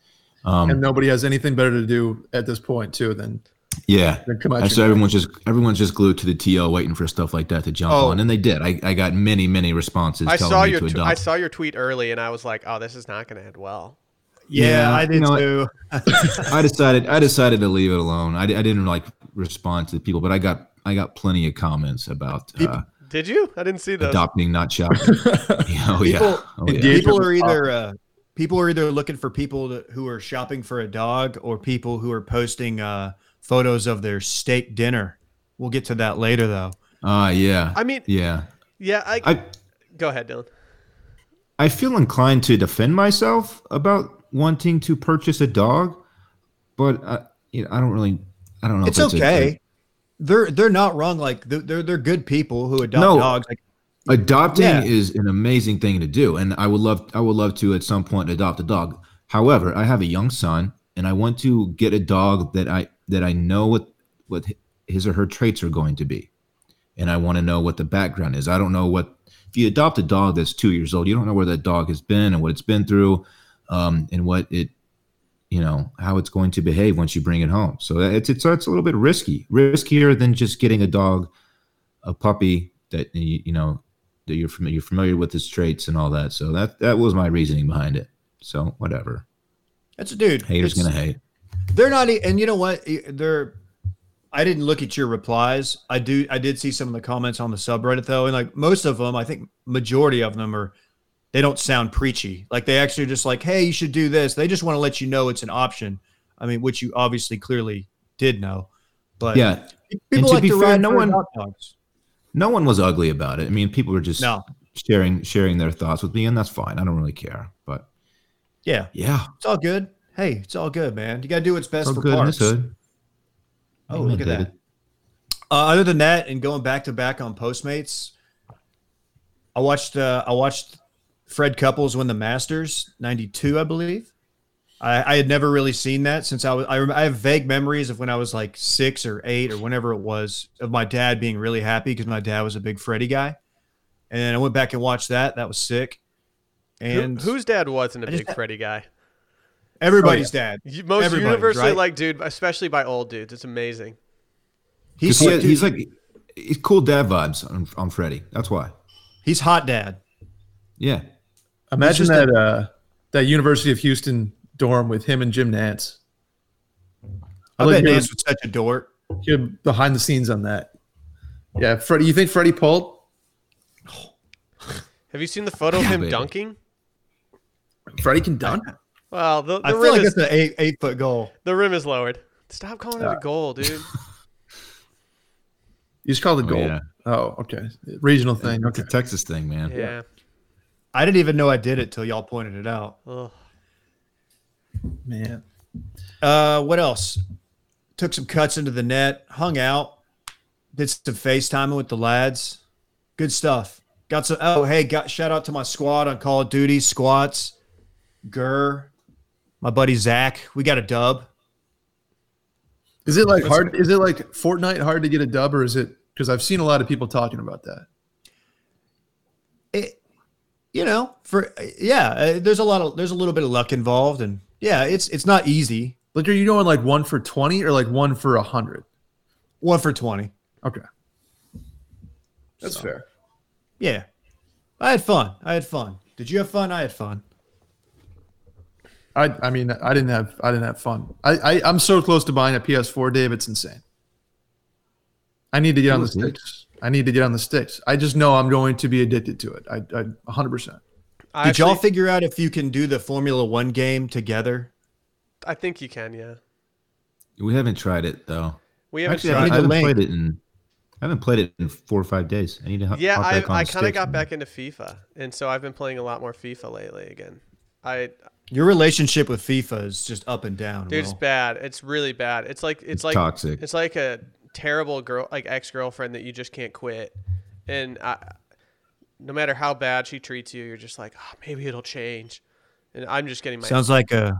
S3: Um,
S4: and nobody has anything better to do at this point too than
S3: Yeah.
S4: Then come out
S3: And so
S4: your-
S3: everyone's just everyone's just glued to the TL waiting for stuff like that to jump
S4: Oh.
S3: on, and they did. I, I got many many responses.
S1: I
S3: telling
S1: saw
S3: me
S1: your
S3: to
S1: tw-
S3: adopt.
S1: I saw your tweet early, and I was like, "Oh, this is not going to end well."
S2: Yeah,
S3: Yeah,
S2: I
S3: you
S2: did
S3: know what?
S2: too.
S3: I decided I decided to leave it alone. I, I didn't like respond to the people, but I got I got plenty of comments about uh,
S1: Did you? I didn't see those.
S3: adopting not shopping. oh yeah,
S2: People-
S3: oh, yeah.
S4: Yeah.
S2: people are either uh, people are either looking for people to, who are shopping for a dog or people who are posting uh, photos of their steak dinner. We'll get to that later, though.
S3: Ah, yeah,
S1: I mean,
S3: yeah.
S1: yeah. I,
S3: I
S1: go ahead, Dylan.
S3: I feel inclined to defend myself about wanting to purchase a dog, but I, you know, I don't really I don't know.
S2: It's
S3: if
S2: okay. They're they're not wrong. Like they're they're, they're good people who adopt
S3: No.
S2: dogs. Like,
S3: adopting
S2: Yeah.
S3: is an amazing thing to do and i would love i would love to at some point adopt a dog however i have a young son and i want to get a dog that i that i know what what his or her traits are going to be and i want to know what the background is i don't know what if you adopt a dog that's two years old you don't know where that dog has been and what it's been through um, and what it you know how it's going to behave once you bring it home so it's it's, it's a little bit risky riskier than just getting a dog a puppy that you, you know that you're familiar, you're familiar with his traits and all that. So that that was my reasoning behind it. So whatever,
S2: that's a dude.
S3: haters
S2: It's-
S3: gonna hate.
S2: They're not. e- And you know what? E- They're. I didn't look at your replies. I do. I did see some of the comments on the subreddit though, and like most of them, I think majority of them are. They don't sound preachy. Like they actually are just like, hey, you should do this. They just want to let you know it's an option. I mean, which you obviously clearly did know, but
S3: Yeah,
S2: people
S3: to
S2: like
S3: be
S2: to
S3: fair,
S2: ride
S3: no
S2: for
S3: one-
S2: adopt dogs.
S3: no one was ugly about it. I mean, people were just
S2: No,
S3: sharing sharing their thoughts with me, and that's fine. I don't really care. But
S2: yeah,
S3: yeah,
S2: it's all good. Hey, it's all good, man. You gotta do what's best
S3: so
S2: for
S3: good in this
S2: parks.
S3: hood.
S2: Oh,
S3: Amen,
S2: look at
S3: David.
S2: that. Uh, other than that, and going back to back on Postmates, I watched uh, I watched Fred Couples win the Masters '92, I believe. I, I had never really seen that since I was. I, rem- I have vague memories of when I was like six or eight or whenever it was of my dad being really happy because my dad was a big Freddie guy, and I went back and watched that. That was sick.
S1: Who- oh,
S2: And
S1: whose dad wasn't a
S2: I just-
S1: big Freddy guy?
S2: everybody's dad.
S1: You- Most
S2: Everybody's,
S1: universally
S2: right?
S1: liked dude, especially by old dudes. It's amazing.
S2: He's
S3: 'Cause he-
S2: dude,
S3: he's like he's cool dad vibes on, on Freddie. That's why.
S2: he's hot dad.
S3: Yeah,
S4: Imagine
S2: It's just
S4: that uh, that University of Houston dorm with him and Jim Nance.
S2: I,
S4: I like
S2: bet
S4: your-
S2: Nance was such a dork.
S4: You're behind the scenes on that. Yeah, Freddie. You think Freddie pulled?
S1: Have you seen the photo of him
S3: baby.
S1: dunking?
S4: Freddie can dunk.
S1: Well, the, the
S2: I feel
S1: rim
S2: like
S1: is
S2: that's an eight eight foot goal.
S1: the rim is lowered. Stop calling
S2: Uh,
S1: it a goal, dude.
S4: You just called it
S3: Oh,
S4: goal.
S3: yeah.
S4: Oh, okay. Regional thing.
S3: it's
S4: Okay.
S3: a Texas thing, man.
S1: yeah.
S2: I didn't even know I did it till y'all pointed it out.
S1: Ugh.
S4: Man.
S2: Uh, what else? Took some cuts into the net, hung out, did some FaceTiming with the lads. Good stuff. Got some. Oh, hey, got shout out to my squad on Call of Duty squats. Gurr, my buddy Zach. We got a dub.
S4: Is it like hard? Is it like Fortnite hard to get a dub, or is it? Because I've seen a lot of people talking about that.
S2: It, you know, for yeah, uh, there's a lot of there's a little bit of luck involved, and yeah, it's it's not easy.
S4: Like, are you going like one for twenty or like one for a hundred?
S2: One for twenty.
S4: Okay. That's fair.
S2: Yeah. I had fun. I had fun. Did you have fun? I had fun.
S4: I I mean I didn't have I didn't have fun. I, I I'm so close to buying a PS4, Dave. It's insane. I need to get on the
S3: Cool, dude.
S4: sticks. I need to get on the sticks. I just know I'm going to be addicted to it. I, I 100%.
S1: I
S2: Did y'all
S1: actually-
S2: figure out if you can do the Formula One game together?
S1: I think you can. Yeah.
S3: we haven't tried it though.
S1: We haven't
S3: Actually, I,
S1: tried.
S2: need
S3: I
S2: the
S3: haven't
S2: link.
S3: played it in. I haven't played it in four or five days. I need to. hop-
S1: yeah,
S3: hop
S1: I,
S3: back on
S1: I kind
S3: the
S1: of
S3: sticks,
S1: got
S3: man.
S1: back into FIFA, and so I've been playing a lot more FIFA lately again. I
S2: Your relationship with FIFA is just up and down.
S1: dude, it's
S2: Will.
S1: bad. It's really bad. It's like it's,
S3: It's
S1: like
S3: toxic.
S1: it's like a terrible girl, like ex girlfriend that you just can't quit, and I, no matter how bad she treats you, you're just like, oh, maybe it'll change. And I'm just getting my
S2: sounds like a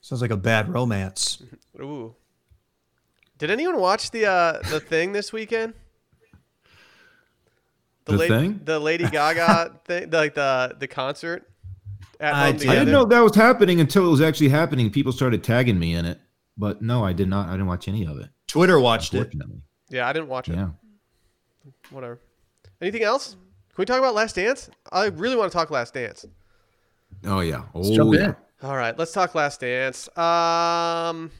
S2: sounds like a bad romance.
S1: ooh. Did anyone watch the uh, the thing this weekend?
S3: The
S1: lady,
S3: Thing?
S1: the Lady Gaga thing, the, like the the concert. At home
S2: I did.
S3: I
S1: together.
S3: didn't know that was happening until it was actually happening. People started tagging me in it. But no, I did not. I didn't watch any of it.
S2: Twitter watched it.
S3: Unfortunately.
S1: Yeah, I didn't watch it.
S3: Yeah.
S1: Whatever. Anything else? Can we talk about Last Dance? I really want to talk Last Dance.
S3: Oh yeah. Oh
S4: jump in.
S3: yeah.
S1: All right, let's talk Last Dance. Um,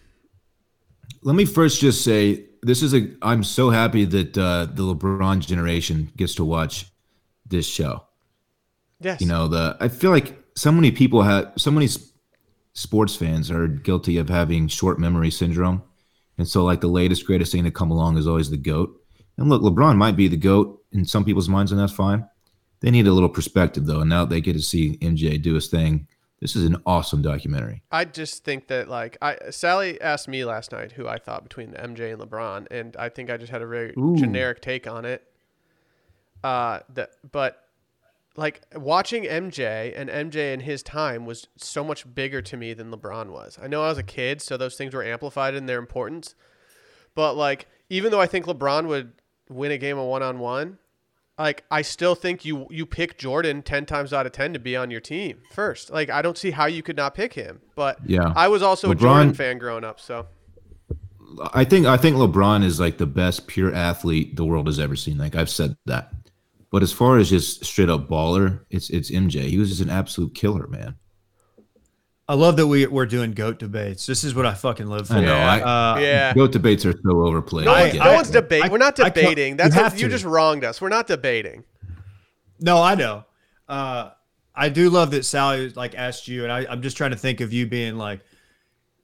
S3: Let me first just say this is a. I'm so happy that uh, the LeBron generation gets to watch this show.
S1: yes.
S3: you know the i feel like so many people have so many s- sports fans are guilty of having short memory syndrome and so like the latest greatest thing to come along is always the goat and look lebron might be the goat in some people's minds and that's fine they need a little perspective though and now they get to see mj do his thing this is an awesome documentary
S1: I just think that like I Sally asked me last night who I thought between MJ and LeBron, and I think I just had a very generic take on it. Uh, that but like watching MJ and MJ in his time was so much bigger to me than LeBron was. I know I was a kid, so those things were amplified in their importance. But like, even though I think LeBron would win a game of one on one, like I still think you you pick Jordan ten times out of ten to be on your team first. Like I don't see how you could not pick him. But
S3: Yeah.
S1: I was also a
S3: LeBron-
S1: Jordan fan growing up. So
S3: I think I think LeBron is like the best pure athlete the world has ever seen. Like I've said that. But as far as just straight up baller, it's it's MJ. He was just an absolute killer, man.
S2: I love that we we're doing goat debates. This is what I fucking live for.
S3: I know. I,
S2: Uh,
S1: yeah,
S3: Goat debates are so overplayed.
S1: no,
S3: I
S1: one's-
S3: get
S1: no
S3: it.
S1: one's debating.
S2: I-
S1: We're not
S2: I can't-
S1: debating.
S2: you
S1: That's
S2: have
S1: a, you
S2: to.
S1: just wronged us. We're not debating.
S2: No, I know. Uh, I do love that Sally like asked you, and I, I'm just trying to think of you being like,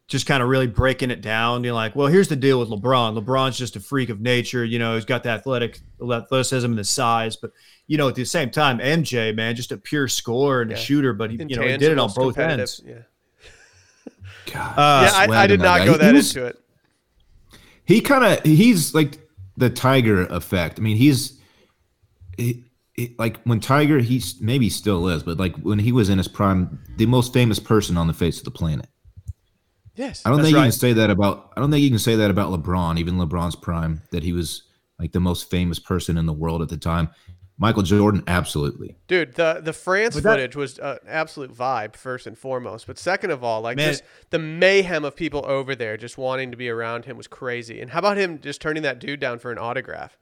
S2: just kind of really breaking it down. You're like, well, here's the deal with LeBron. LeBron's just a freak of nature. You know, he's got the athletic athleticism and the size, but you know, at the same time, MJ, man, just a pure scorer and a
S1: Yeah.
S2: shooter. But he, you know, he did it on
S1: Intangibles,
S2: both
S1: competitive-
S2: ends.
S1: Yeah,
S3: God,
S2: Uh,
S1: yeah I, I did
S3: Swagman,
S1: not
S3: that
S1: go
S3: guy.
S1: that
S3: He was-
S1: into it.
S3: he kind of he's like the tiger effect i mean he's he, he- like when tiger he's maybe still is but like when he was in his prime the most famous person on the face of the planet
S1: Yes.
S3: i don't
S2: That's
S3: think you can
S2: right.
S3: say that about i don't think you can say that about lebron even lebron's prime that he was like the most famous person in the world at the time michael jordan absolutely
S1: Dude, the the France
S2: But that-
S1: footage was an absolute vibe first and foremost, but second of all, like
S2: Man.
S1: just the mayhem of people over there just wanting to be around him was crazy. And how about him just turning that dude down for an autograph?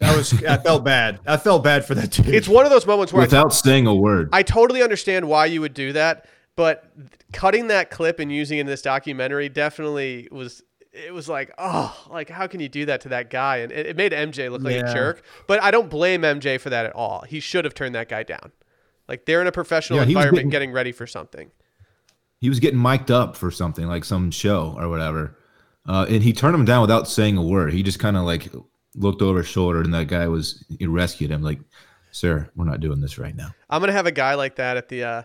S2: That was I felt bad. I felt bad for that dude.
S1: It's one of those moments where I,
S3: without saying a word
S1: I totally understand why you would do that, but cutting that clip and using it in this documentary definitely was it was like, oh, like how can you do that to that guy? And it, it made MJ look like a
S4: Yeah.
S1: jerk. But I don't blame MJ for that at all. He should have turned that guy down. Like they're in a professional
S3: Yeah, he was
S1: environment
S3: getting-
S1: getting ready for something.
S3: he was getting mic'd up for something like some show or whatever uh, and he turned him down without saying a word he just kind of like looked over his shoulder and that guy was he rescued him like sir we're not doing this right now
S1: I'm gonna have a guy like that at the uh,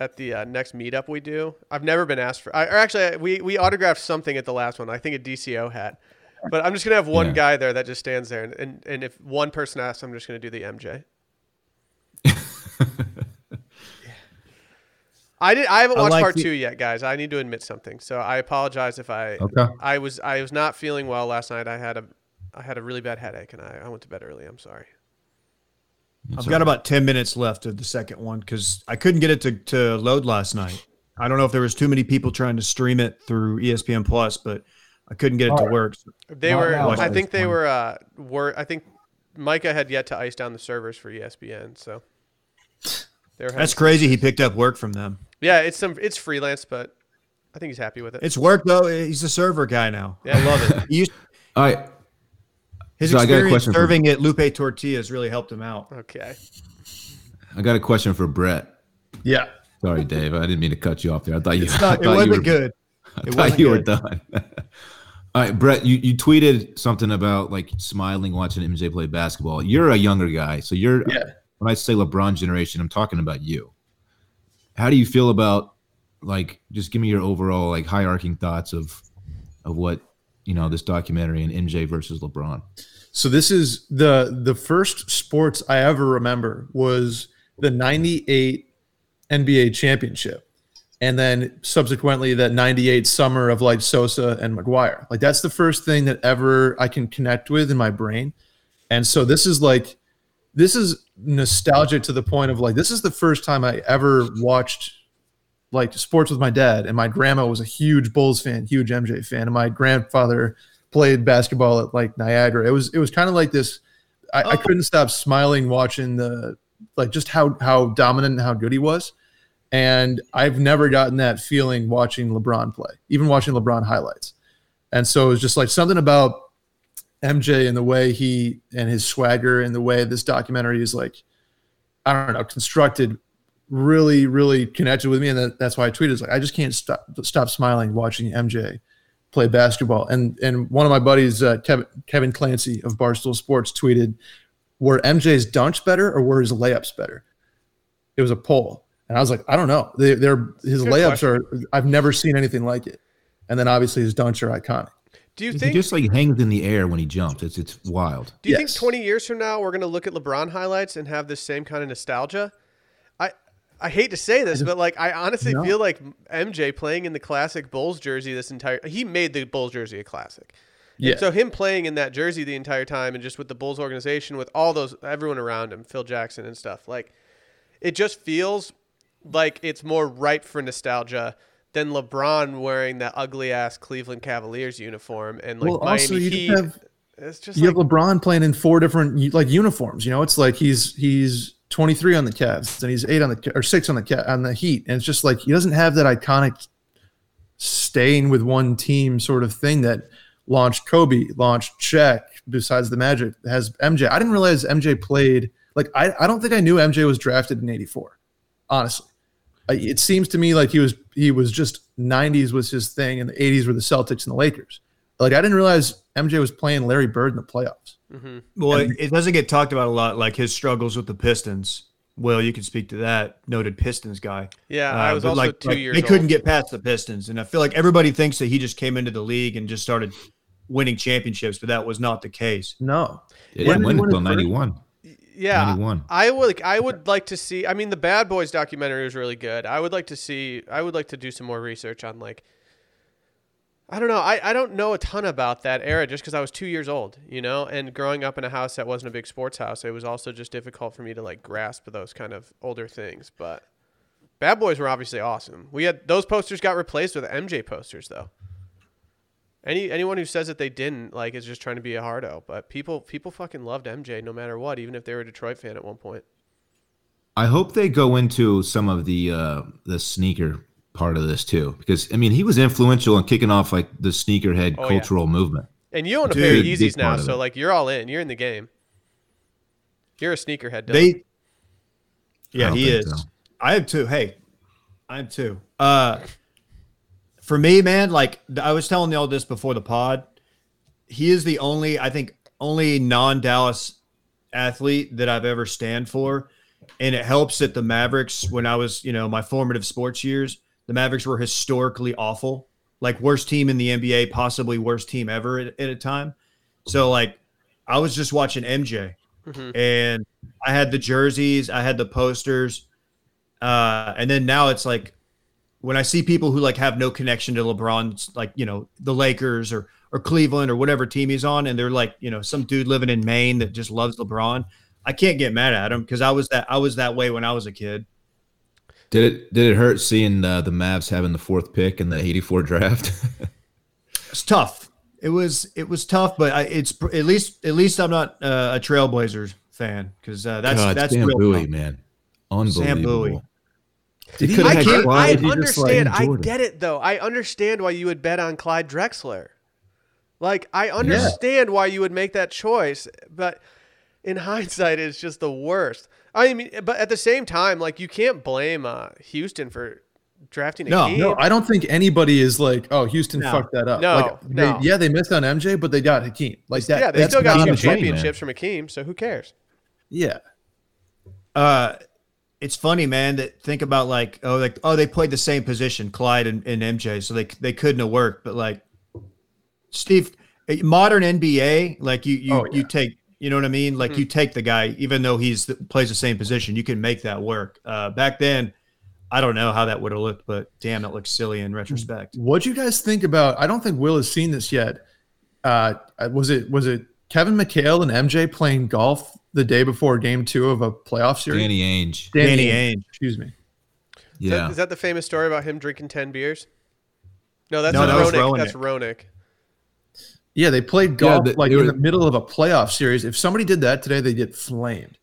S1: at the uh, next meetup we do. I've never been asked for. I, or actually, we we autographed something at the last one. I think a DCO hat. But I'm just gonna have one
S3: Yeah.
S1: guy there that just stands there, and, and and if one person asks, I'm just gonna do the MJ. I did. I haven't
S2: I
S1: watched
S2: like
S1: part
S2: the-
S1: two yet, guys. I need to admit something, so I apologize if I
S3: Okay.
S1: I was I was not feeling well last night. I had a I had a really bad headache, and I, I went to bed early. I'm sorry.
S2: I've got about 10 minutes left of the second one because I couldn't get it to, to load last night. I don't know if there was too many people trying to stream it through E ESPN Plus, but I couldn't get it to work.
S1: They
S4: Not
S1: were.
S4: now,
S1: I
S4: but
S1: think they were. Uh, were. I think Micah had yet to ice down the servers for E ESPN. So they were.
S2: That's
S1: having-
S2: crazy. He picked up work from them.
S1: yeah, it's some. It's freelance, but I think he's happy with it.
S2: It's work though. He's a server guy now.
S1: yeah, I love it.
S2: He used,
S3: all right
S2: his
S3: So I got a
S2: experience
S3: question for-
S2: serving at Lupe Tortillas really helped him out.
S1: Okay.
S3: i got a question for brett
S4: Yeah.
S3: sorry dave i didn't mean to cut you off there i thought you, I
S2: Not-
S3: thought
S2: it
S3: you
S2: wasn't
S3: were-
S2: good.
S3: I
S2: It
S3: thought
S2: wasn't
S3: you were
S2: good.
S3: done all right brett you, you tweeted something about like smiling watching mj play basketball you're a younger guy so you're
S4: Yeah.
S3: when I say LeBron generation, I'm talking about you. How do you feel about like just give me your overall like hierarching thoughts of of what you know this documentary and MJ versus LeBron?
S4: So this is the the first sports I ever remember was the 98 NBA championship. And then subsequently that 98 summer of like Sosa and McGuire. Like that's the first thing that ever I can connect with in my brain. And so this is like this is nostalgic to the point of like this is the first time I ever watched like sports with my dad, and my grandma was a huge Bulls fan, huge MJ fan, and my grandfather played basketball at like Niagara. It was it was kind of like this. I, I couldn't stop smiling watching the like just how how dominant and how good he was. And I've never gotten that feeling watching LeBron play, even watching LeBron highlights. And so it was just like something about MJ and the way he and his swagger and the way this documentary is like, I don't know, constructed really, really connected with me. And that, that's why I tweeted, it's like, I just can't stop, stop smiling watching MJ play basketball. And, and one of my buddies, uh, Kevin, Kevin Clancy of Barstool Sports tweeted, were MJ's dunks better or were his layups better? It was a poll. And I was like, I don't know. They, they're, his
S1: Good
S4: layups are, I've never seen anything like it. And then obviously his dunks are iconic.
S1: Do you
S3: He
S1: think?
S3: just like hangs in the air when he jumps. It's it's wild.
S1: Do you
S4: Yes.
S1: think 20 years from now we're going to look at LeBron highlights and have this same kind of nostalgia? I I hate to say this, but like I honestly
S4: No.
S1: feel like MJ playing in the classic Bulls jersey this entire he made the Bulls jersey a classic. And
S4: Yeah.
S1: so him playing in that jersey the entire time and just with the Bulls organization with all those everyone around him, Phil Jackson and stuff, like it just feels like it's more ripe for nostalgia than LeBron wearing that ugly ass Cleveland Cavaliers uniform and like
S4: Well,
S1: Miami
S4: also, you
S1: Heat.
S4: just have-
S1: it's just
S4: you
S1: like,
S4: have LeBron playing in four different like uniforms. You know, it's like he's he's 23 on the Cavs, and he's eight on the Ca- or six on the Ca- on the Heat, and it's just like he doesn't have that iconic staying with one team sort of thing that launched Kobe, launched Shaq. Besides the Magic, has MJ. I didn't realize MJ played. Like I, I don't think I knew MJ was drafted in '84. Honestly, I, it seems to me like he was he was just '90s was his thing, and the '80s were the Celtics and the Lakers. Like I didn't realize MJ was playing Larry Bird in the playoffs.
S1: mhm.
S2: Well, it, it doesn't get talked about a lot, like his struggles with the Pistons. Well, you can speak to that noted Pistons guy.
S1: Yeah,
S2: Uh,
S1: I was
S2: but,
S1: also
S2: like,
S1: two
S2: like,
S1: years.
S2: They couldn't
S1: old.
S2: get past the Pistons, and I feel like everybody thinks that he just came into the league and just started winning championships, but that was not the case.
S4: No,
S3: It
S4: When
S3: didn't
S4: did
S3: win
S4: he win
S3: until
S4: his first?
S3: '91.
S1: Yeah,
S3: 91.
S1: I would. like, I would like to see. I mean, the Bad Boys documentary was really good. I would like to see. I would like to do some more research on like. I don't know. I, I don't know a ton about that era just because I was two years old, you know, and growing up in a house that wasn't a big sports house, it was also just difficult for me to like grasp those kind of older things. But Bad Boys were obviously awesome. We had those posters got replaced with MJ posters though. Any anyone who says that they didn't like is just trying to be a hardo. But people people fucking loved MJ no matter what, even if they were a Detroit fan at one point.
S3: I hope they go into some of the uh, the sneaker part of this too, because I mean he was influential in kicking off like the sneakerhead
S1: Oh, yeah.
S3: cultural movement.
S1: And you own a pair of
S3: Dude, big
S1: Yeezys now,
S3: part of
S1: so
S3: it.
S1: like you're all in. You're in the game. You're a sneakerhead. Dylan.
S2: They, yeah,
S3: don't
S2: he
S3: think
S2: is.
S3: so.
S2: I have two. Hey, I have two. Uh, for me, man, like th- I was telling y'all this before the pod, he is the only, I think, only non Dallas athlete that I've ever stand for. And it helps that the Mavericks, when I was, you know, my formative sports years, the Mavericks were historically awful, like worst team in the NBA, possibly worst team ever at, at a time. So, like, I was just watching MJ
S1: Mhm.
S2: and I had the jerseys, I had the posters, uh, and then now it's like when I see people who like have no connection to LeBron's, like you know the Lakers or or Cleveland or whatever team he's on, and they're like you know some dude living in Maine that just loves LeBron. I can't get mad at him because I was that I was that way when I was a kid.
S3: Did it did it hurt seeing uh, the Mavs having the fourth pick in the '84 draft?
S2: It's tough. It was it was tough, but I, it's pr- at least at least I'm not uh, a Trailblazers fan because uh, that's
S3: God,
S2: that's
S3: Sam
S2: real
S3: Bowie,
S2: tough.
S3: man,
S2: Sam Bowie.
S3: unbelievable.
S4: He
S3: could've
S4: could've
S1: I
S3: had
S1: can't. I
S3: Kawhi if he just, like,
S1: understand. I
S3: enjoyed it.
S1: get it though. I understand why you would bet on Clyde Drexler. Like I understand why you would make that choice, but in hindsight, it's just the worst. I mean, but at the same time, like you can't blame uh, Houston for drafting a
S2: No,
S1: team.
S4: No, I don't think anybody is like, oh, Houston
S2: No.
S4: fucked that up.
S1: No,
S4: like, they-
S1: no.
S4: yeah, they missed on MJ, but they got Hakeem. Like that.
S1: yeah, they
S4: that's
S1: still got
S4: not
S1: two
S4: a-
S3: a blame, man.
S1: championships from Akeem, so who cares?
S4: Yeah,
S2: uh it's funny man that think about like oh like oh they played the same position clyde and, and mj so they they couldn't have worked but like steve eh, modern nba like you you,
S4: Oh, yeah. Hmm.
S2: you take you know what i mean like you take the guy even though he's plays the same position you can make that work uh back then i don't know how that would have looked but damn it looks silly in retrospect
S4: What do you guys think about? I don't think Will has seen this yet. Uh, was it was it Kevin McHale and MJ playing golf the day before Game Two of a playoff series?
S3: Danny Ainge.
S2: danny ainge
S4: excuse me.
S1: Is that-
S3: Yeah.
S1: Is that the famous story about him drinking 10 beers? No, that's
S2: No,
S1: Ronick.
S2: that was Roenick.
S1: That's Ronick.
S4: Yeah, they played golf
S3: but
S4: like
S3: they
S4: in
S3: were-
S4: the middle of a playoff series. If somebody did that today, they'd get flamed.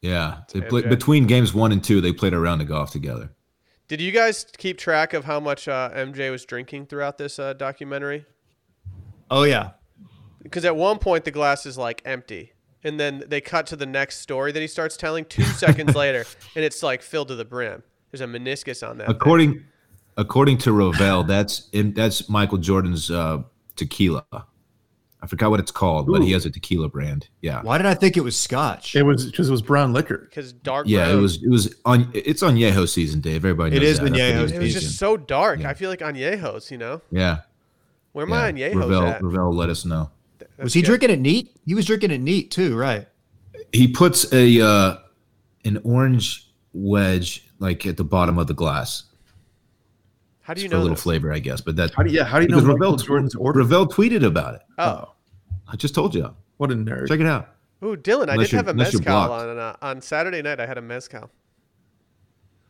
S3: yeah. They
S1: Yeah,
S3: play,
S1: Jack.
S3: between games one and two, they played a round of golf together.
S1: Did you guys keep track of how much uh, MJ was drinking throughout this uh, documentary?
S2: Oh yeah.
S1: Because at one point the glass is like empty, and then they cut to the next story that he starts telling two seconds later, and it's like filled to the brim. There's a meniscus on that. thing.
S3: According according to Rovell, that's in, that's Michael Jordan's uh, tequila. I forgot what it's called, but he has a tequila brand. Yeah.
S2: Why did I think it was Scotch?
S4: It was because it was brown liquor.
S1: because dark.
S3: Yeah, it
S1: road-
S3: was it was on it's on Yeho season, Dave. Everybody knows
S2: It is
S3: that.
S2: Añejo
S3: That's what he
S1: It
S2: season.
S1: was just so dark.
S3: Yeah.
S1: I feel like Añejo's, you know.
S3: Yeah.
S1: Where am I
S3: yeah.
S1: Añejo's
S3: Ravel,
S1: at?
S3: Ravel let us know.
S2: was he drinking it neat? He was drinking it neat too, right?
S3: He puts a uh, an orange wedge like at the bottom of the glass
S1: How do you
S3: for a
S1: know?
S3: little
S1: this?
S3: flavor, I guess. But that
S4: How do you, yeah, how do you know
S3: Because
S4: Michael
S3: Ravel-
S4: Jordan's order?
S3: Ravel tweeted about it.
S1: Oh,
S3: I just told you.
S4: What a nerd.
S3: Check it out.
S1: ooh, Dylan, I
S3: Unless
S1: did have a
S3: you're- unless you're
S1: mezcal
S3: blocked.
S1: on uh, on Saturday night. I had a mezcal.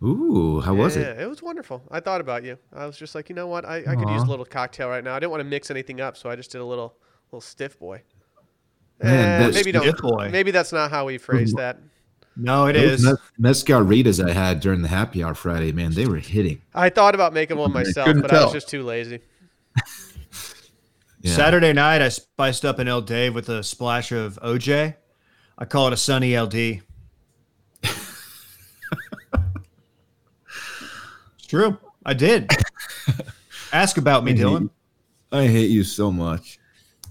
S3: Ooh, how was it?
S1: Yeah, it was wonderful. I thought about you. I was just like, you know what? I, I could use a
S3: Aw.
S1: little cocktail right now. I didn't want to mix anything up, so I just did a little little stiff boy.
S3: Man,
S1: Eh,
S3: that
S1: maybe don't.
S2: stiff boy.
S1: Maybe that's not how we phrased that.
S2: No, it
S3: Those
S2: is.
S3: mez- mezcalitas I had during the happy hour Friday, man, they were hitting.
S1: I thought about making one myself,
S4: couldn't
S1: but I was
S4: tell.
S1: just too lazy.
S3: Yeah.
S2: Saturday night, I spiced up an LD with a splash of OJ. I call it a sunny LD. it's true. I did. Ask about me, Dylan.
S3: I hate you so much.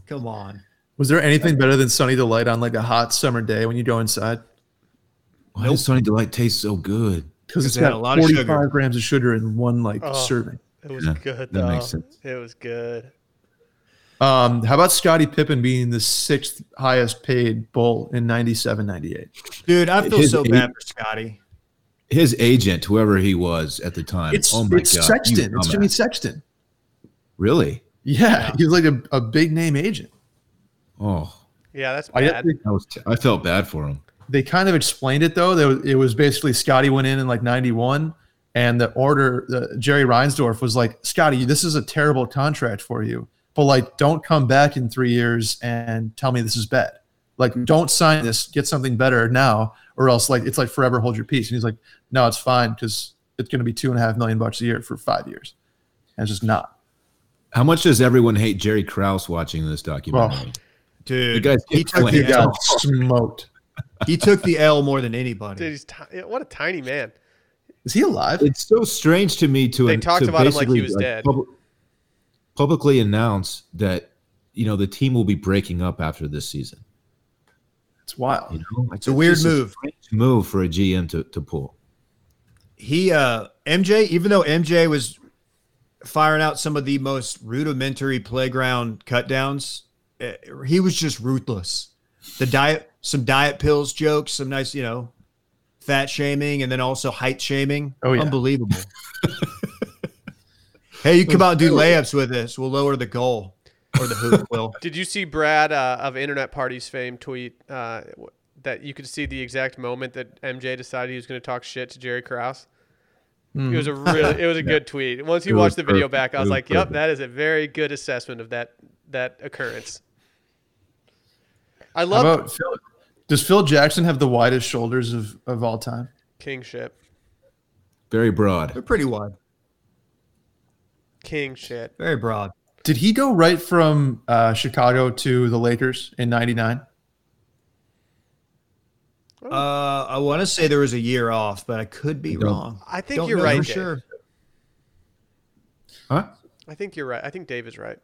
S2: Come on.
S4: Was there anything better than Sunny Delight on like a hot summer day when you go inside?
S3: Why does Sunny Delight taste so good?
S4: Because it's
S2: it had
S4: got
S2: a lot of
S4: 45
S2: sugar.
S4: grams of sugar in one like
S1: Oh.
S4: serving.
S1: It was
S3: Yeah,
S1: good though.
S3: that makes sense.
S1: It was good.
S4: Um, how about Scottie Pippen being the sixth highest paid bull in 97 98?
S2: Dude, I feel
S3: His
S2: so
S3: eight-
S2: bad for Scotty.
S3: His agent, whoever he was at the time,
S4: It's,
S3: oh my
S4: it's
S3: god, you
S4: Sexton. It's
S3: dumbass.
S4: Jimmy Sexton.
S3: Really?
S4: Yeah, he was like a, a big name agent.
S3: Oh,
S1: Yeah, that's
S4: I
S1: bad.
S4: think
S3: I was. T- I felt bad for him.
S4: they kind of explained it though. There was- It was basically Scotty went in in like 91 and the order, uh, Jerry Reinsdorf was like, Scotty, this is a terrible contract for you, but like, don't come back in three years and tell me this is bad. Like, don't sign this, get something better now, or else like, it's like forever hold your peace. And he's like, no, it's fine. Cause it's going to be two and a half million bucks a year for five years. And it's just not.
S3: How much does everyone hate Jerry Krause watching this documentary?
S2: Dude,
S3: guys
S2: he
S3: get
S2: took,
S3: flamed.
S2: the
S3: Yeah.
S2: L.
S4: smoked.
S2: he took the L more than
S1: Dude,
S2: anybody.
S1: he's ti what a tiny man.
S4: Is he alive?
S3: It's so strange to me to
S1: They talked
S3: to
S1: about him like he
S3: basically,
S1: was dead.
S3: publi- publicly announce that you know the team will be breaking up after this season.
S4: It's wild.
S3: You know, Like,
S2: It's a
S3: that's
S2: weird
S3: just
S2: move.
S3: strange move for a GM to, to pull.
S2: He, uh, MJ, even though MJ was firing out some of the most rudimentary playground cutdowns, eh, he was just ruthless. The diet, some diet pills jokes, some nice, you know, fat shaming, and then also height shaming.
S4: Oh, yeah.
S2: Unbelievable. hey, you come out and do layups with us. We'll lower the goal or the hoop, Will.
S1: Did you see Brad uh, of Internet Parties fame tweet uh, w- that you could see the exact moment that MJ decided he was going to talk shit to Jerry Krause? It was a really, it was a good tweet. Once you
S3: Mm-hmm. It was
S1: watched the video back,
S3: perfect.
S1: I
S3: It
S1: was
S3: was
S1: like, "Yep,
S3: perfect.
S1: that is a very good assessment of that that occurrence." I
S4: How
S1: love
S4: about Phil? Does Phil Jackson have the widest shoulders of, of all time?
S1: kingship,
S3: Very broad.
S2: They're pretty wide,
S1: king shit.
S2: very broad.
S4: Did he go right from uh, Chicago to the Lakers in '99?
S1: Oh.
S2: Uh, I want to say there was a year off, but I could be
S3: don't-
S2: wrong.
S1: I think
S2: Don't
S1: you're
S2: know
S1: right,
S2: for
S1: Dave.
S2: sure.
S3: Huh?
S1: I think you're right. I think Dave is right.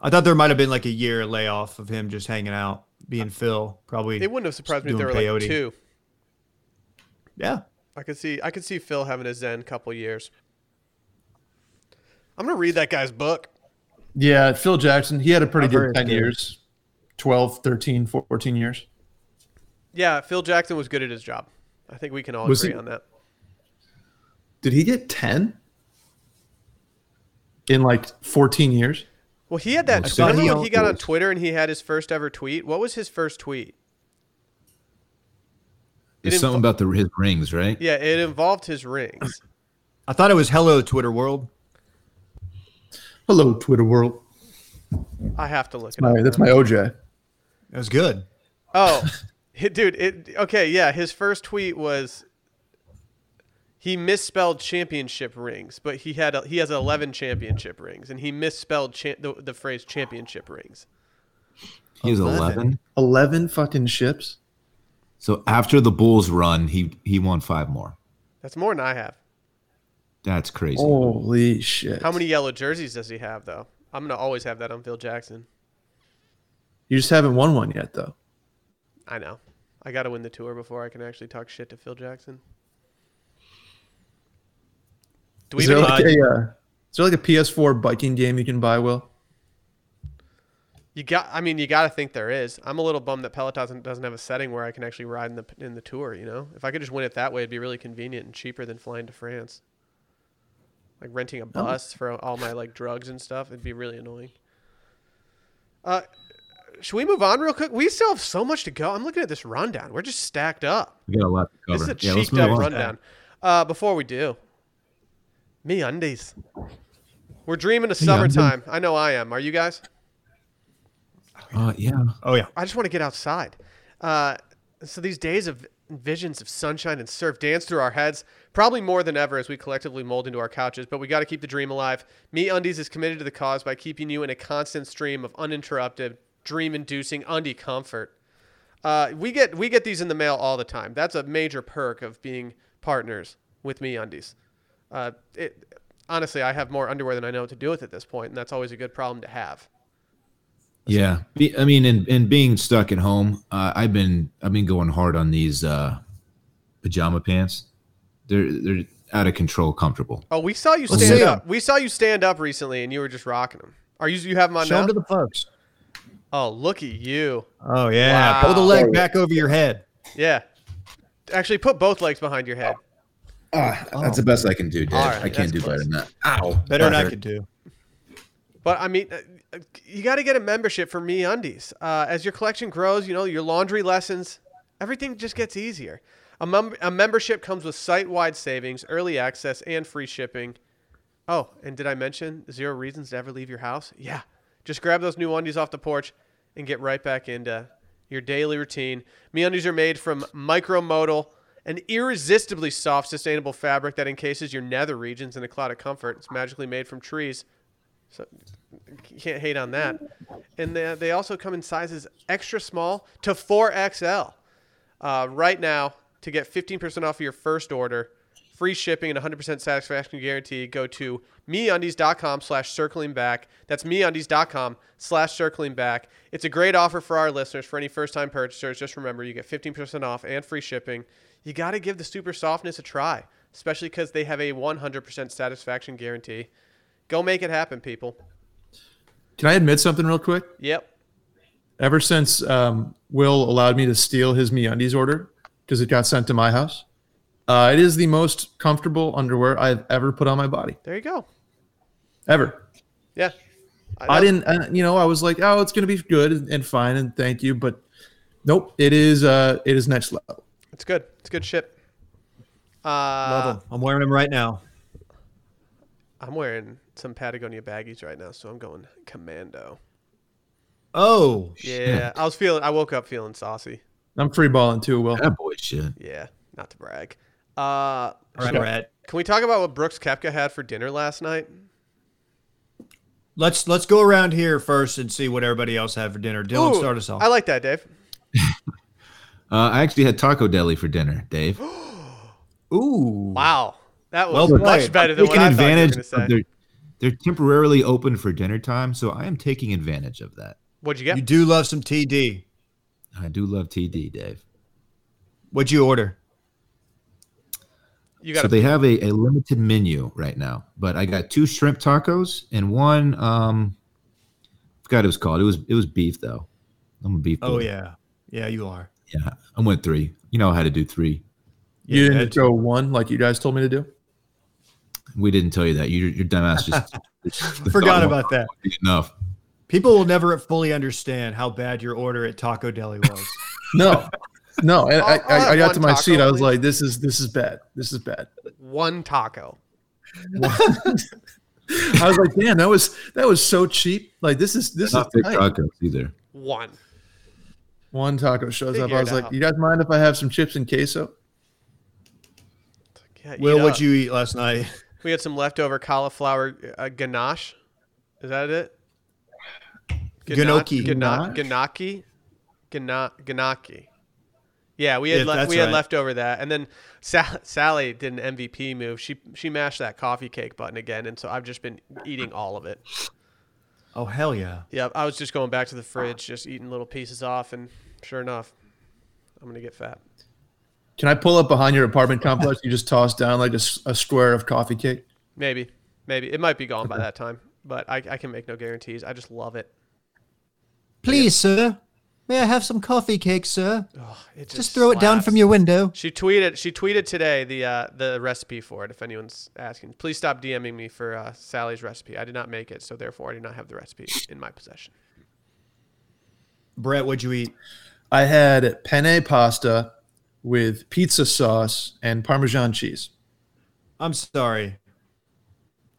S2: I thought there might have been like a year layoff of him just hanging out, being Phil, probably.
S1: It wouldn't have surprised me if there were
S2: Doing
S1: like
S2: peyote.
S1: two.
S2: yeah,
S1: I could see I could see Phil having a zen couple years. I'm gonna read that guy's book.
S4: Yeah, Phil Jackson. He had a pretty
S2: I've heard
S4: good
S2: it's
S4: 10
S2: good.
S4: years, 12, 13, 14 years.
S1: Yeah, Phil Jackson was good at his job. I think we can all
S4: Was
S1: agree
S4: he-
S1: on that.
S4: Did he get 10 in like 14 years?
S1: Well, he had that.
S3: Well,
S1: remember
S2: Scotty
S1: when he got on
S3: Young-
S1: Twitter and he had his first ever tweet? What was his first tweet?
S3: It's something about the his rings, right?
S1: Yeah, it involved his rings.
S2: I thought it was hello Twitter world.
S4: Hello, Twitter world.
S1: I have to look it
S4: My,
S1: up.
S4: that's my OJ.
S2: That was good.
S1: Oh, it, dude. It okay. Yeah, his first tweet was he misspelled championship rings, but he had a, he has eleven championship rings, and he misspelled cha- the, the phrase championship rings.
S3: He was
S2: 11.
S3: 11.
S4: Eleven fucking ships.
S3: So after the Bulls run, he he won five more.
S1: That's more than I have.
S3: That's crazy.
S4: Holy shit!
S1: Oh. How many yellow jerseys does he have though? I'm gonna always have that on Phil Jackson.
S4: You just haven't won one yet, though.
S1: I know. I gotta win the tour before I can actually talk shit to Phil Jackson. Do we
S4: Is
S1: have
S4: there
S1: any-
S4: like a uh, is there like a PS4 biking game you can buy? Will
S1: You got. I mean, you got to think there is. I'm a little bummed that Peloton doesn't, doesn't have a setting where I can actually ride in the in the tour. You know, if I could just win it that way, it'd be really convenient and cheaper than flying to France. Like renting a bus for all my like drugs and stuff, it'd be really annoying. Uh, should we move on real quick? We still have so much to go. I'm looking at this rundown. We're just stacked up.
S3: we got a lot to cover.
S1: This is a
S3: yeah, let's
S1: cheeked
S3: move
S1: up
S3: on.
S1: rundown. Uh, before we do, me undies. We're dreaming of
S3: undies.
S1: summertime. I know I am. Are you guys?
S3: Uh, yeah.
S2: Oh yeah.
S1: I just want to get outside. Uh, so these days of visions of sunshine and surf dance through our heads, probably more than ever as we collectively mold into our couches. But we got to keep the dream alive. Me Undies is committed to the cause by keeping you in a constant stream of uninterrupted, dream-inducing undie comfort. Uh, we get we get these in the mail all the time. That's a major perk of being partners with Me Undies. Uh, it, honestly, I have more underwear than I know what to do with at this point, and that's always a good problem to have.
S3: Yeah, Be- I mean, and, and being stuck at home, uh, I've been I've been going hard on these uh, pajama pants. They're they're out of control, comfortable.
S1: Oh, we saw you
S2: Let's
S1: stand
S2: see 'em.
S1: up. We saw you stand up recently, and you were just rocking them. Are you you have them on uh,
S2: Show
S1: now?
S2: them to the folks.
S1: oh, look at you!
S2: Oh yeah.
S1: Wow.
S2: Pull the leg back over your head.
S1: Yeah, actually, put both legs behind your head.
S3: Ah, That's the best I can do, Dave.
S1: All right,
S3: I
S1: that's
S3: can't do better
S1: close.
S3: than that. Ow!
S2: Better than
S3: That
S2: I
S3: hurt.
S2: could do.
S1: But I mean, uh, you got to get a membership for Me Undies. Uh, as your collection grows, you know your laundry lessons, everything just gets easier. A, mem- a membership comes with site-wide savings, early access, and free shipping. Oh, and did I mention zero reasons to ever leave your house? Yeah. Just grab those new undies off the porch and get right back into your daily routine. Me undies are made from micromodal, an irresistibly soft, sustainable fabric that encases your nether regions in a cloud of comfort. It's magically made from trees. So you can't hate on that. And they, they also come in sizes extra small to 4XL. Uh, right now, to get 15% off of your first order, free shipping and 100% satisfaction guarantee, go to meundies.com slash circling back. That's meundies.com slash circling back. It's a great offer for our listeners. For any first-time purchasers, just remember you get 15% off and free shipping. You got to give the super softness a try, especially because they have a 100% satisfaction guarantee. Go make it happen, people.
S4: Can I admit something real quick?
S1: Yep.
S4: Ever since um, Will allowed me to steal his MeUndies order because it got sent to my house, uh, it is the most comfortable underwear I've ever put on my body
S1: There you go.
S4: ever.
S1: Yeah.
S4: I didn't, uh, you know, I was like, oh, it's gonna be good and, and fine and thank you, but nope, it is, uh, it is next level.
S1: It's good. It's good shit. Uh,
S2: Love 'em. I'm wearing them right now.
S1: I'm wearing some Patagonia baggies right now, so I'm going commando.
S2: Oh,
S1: Yeah, I was feeling. I woke up feeling saucy.
S4: I'm free balling too, Will.
S3: That boy shit.
S1: Yeah, not to brag. Uh,
S2: all right, Brad.
S1: can we talk about what Brooks Kepka had for dinner last night?
S2: Let's let's go around here first and see what everybody else had for dinner. Dylan,
S1: Ooh,
S2: start us off.
S1: I like that, Dave.
S3: Uh, I actually had taco deli for dinner, Dave.
S2: Ooh,
S1: Wow, that was
S2: Well
S1: much
S2: played.
S1: better than what
S3: Taking
S1: I thought you were
S3: advantage
S1: going to
S3: of
S1: say.
S3: their, they're temporarily open for dinner time, so I am taking advantage of that.
S1: What'd you get?
S2: you do love some TD.
S3: I do love TD, Dave.
S2: What'd you order?
S1: You got
S3: so
S1: a
S3: they have a, a limited menu right now, but I got two shrimp tacos and one um I forgot what it was called. It was it was beef though. I'm a beef.
S2: Oh
S3: boy.
S2: yeah, yeah, you are.
S3: Yeah. I went three. You know how to do three.
S4: You
S2: Yeah,
S4: didn't
S2: that-
S4: throw one like you guys told me to do.
S3: We didn't tell you that. You your dumbass just
S2: Forgot about that.
S3: enough.
S2: People will never fully understand how bad your order at Taco Deli was.
S4: No, No, and I,
S1: I'll- I'll
S4: I, I
S1: have
S4: got
S1: one
S4: to my
S1: taco,
S4: seat. I was
S1: please.
S4: like, this is this is bad. This is bad.
S1: One taco.
S4: I was like, damn, that was that was so cheap. Like this is this is
S3: Not big
S4: tight.
S3: tacos either.
S1: One.
S4: One taco shows up.
S1: Figure
S4: I
S1: it
S4: was like,
S1: out.
S4: you guys mind if I have some chips and queso?
S1: Yeah,
S2: Will,
S1: eat
S2: what
S1: up.
S2: you eat last night?
S1: We had some leftover cauliflower uh, ganache. Is that it?
S2: Gnocchi.
S1: Gana- Ganaki. Gana- Ganaki. Yeah, we had
S2: Yeah,
S1: left
S2: that's
S1: we had
S2: right.
S1: left over that, and then Sa- Sally did an MVP move. She she mashed that coffee cake button again, and so I've just been eating all of it.
S2: Oh hell yeah!
S1: Yeah, I was just going back to the fridge, just eating little pieces off, and sure enough, I'm gonna get fat.
S4: Can I pull up behind your apartment complex? You just toss down like a, s- a square of coffee cake.
S1: Maybe, maybe it might be gone by that time, but I, I can make no guarantees. I just love it.
S2: Please, sir, may I have some coffee cake, sir?
S1: Oh, it just, slaps.
S2: your window.
S1: She tweeted. She tweeted today the uh, the recipe for it. If anyone's asking, please stop DMing me for uh, Sally's recipe. I did not make it, so therefore I do not have the recipe in my possession.
S2: Brett, what'd you eat?
S4: I had penne pasta with pizza sauce and Parmesan cheese.
S2: I'm sorry.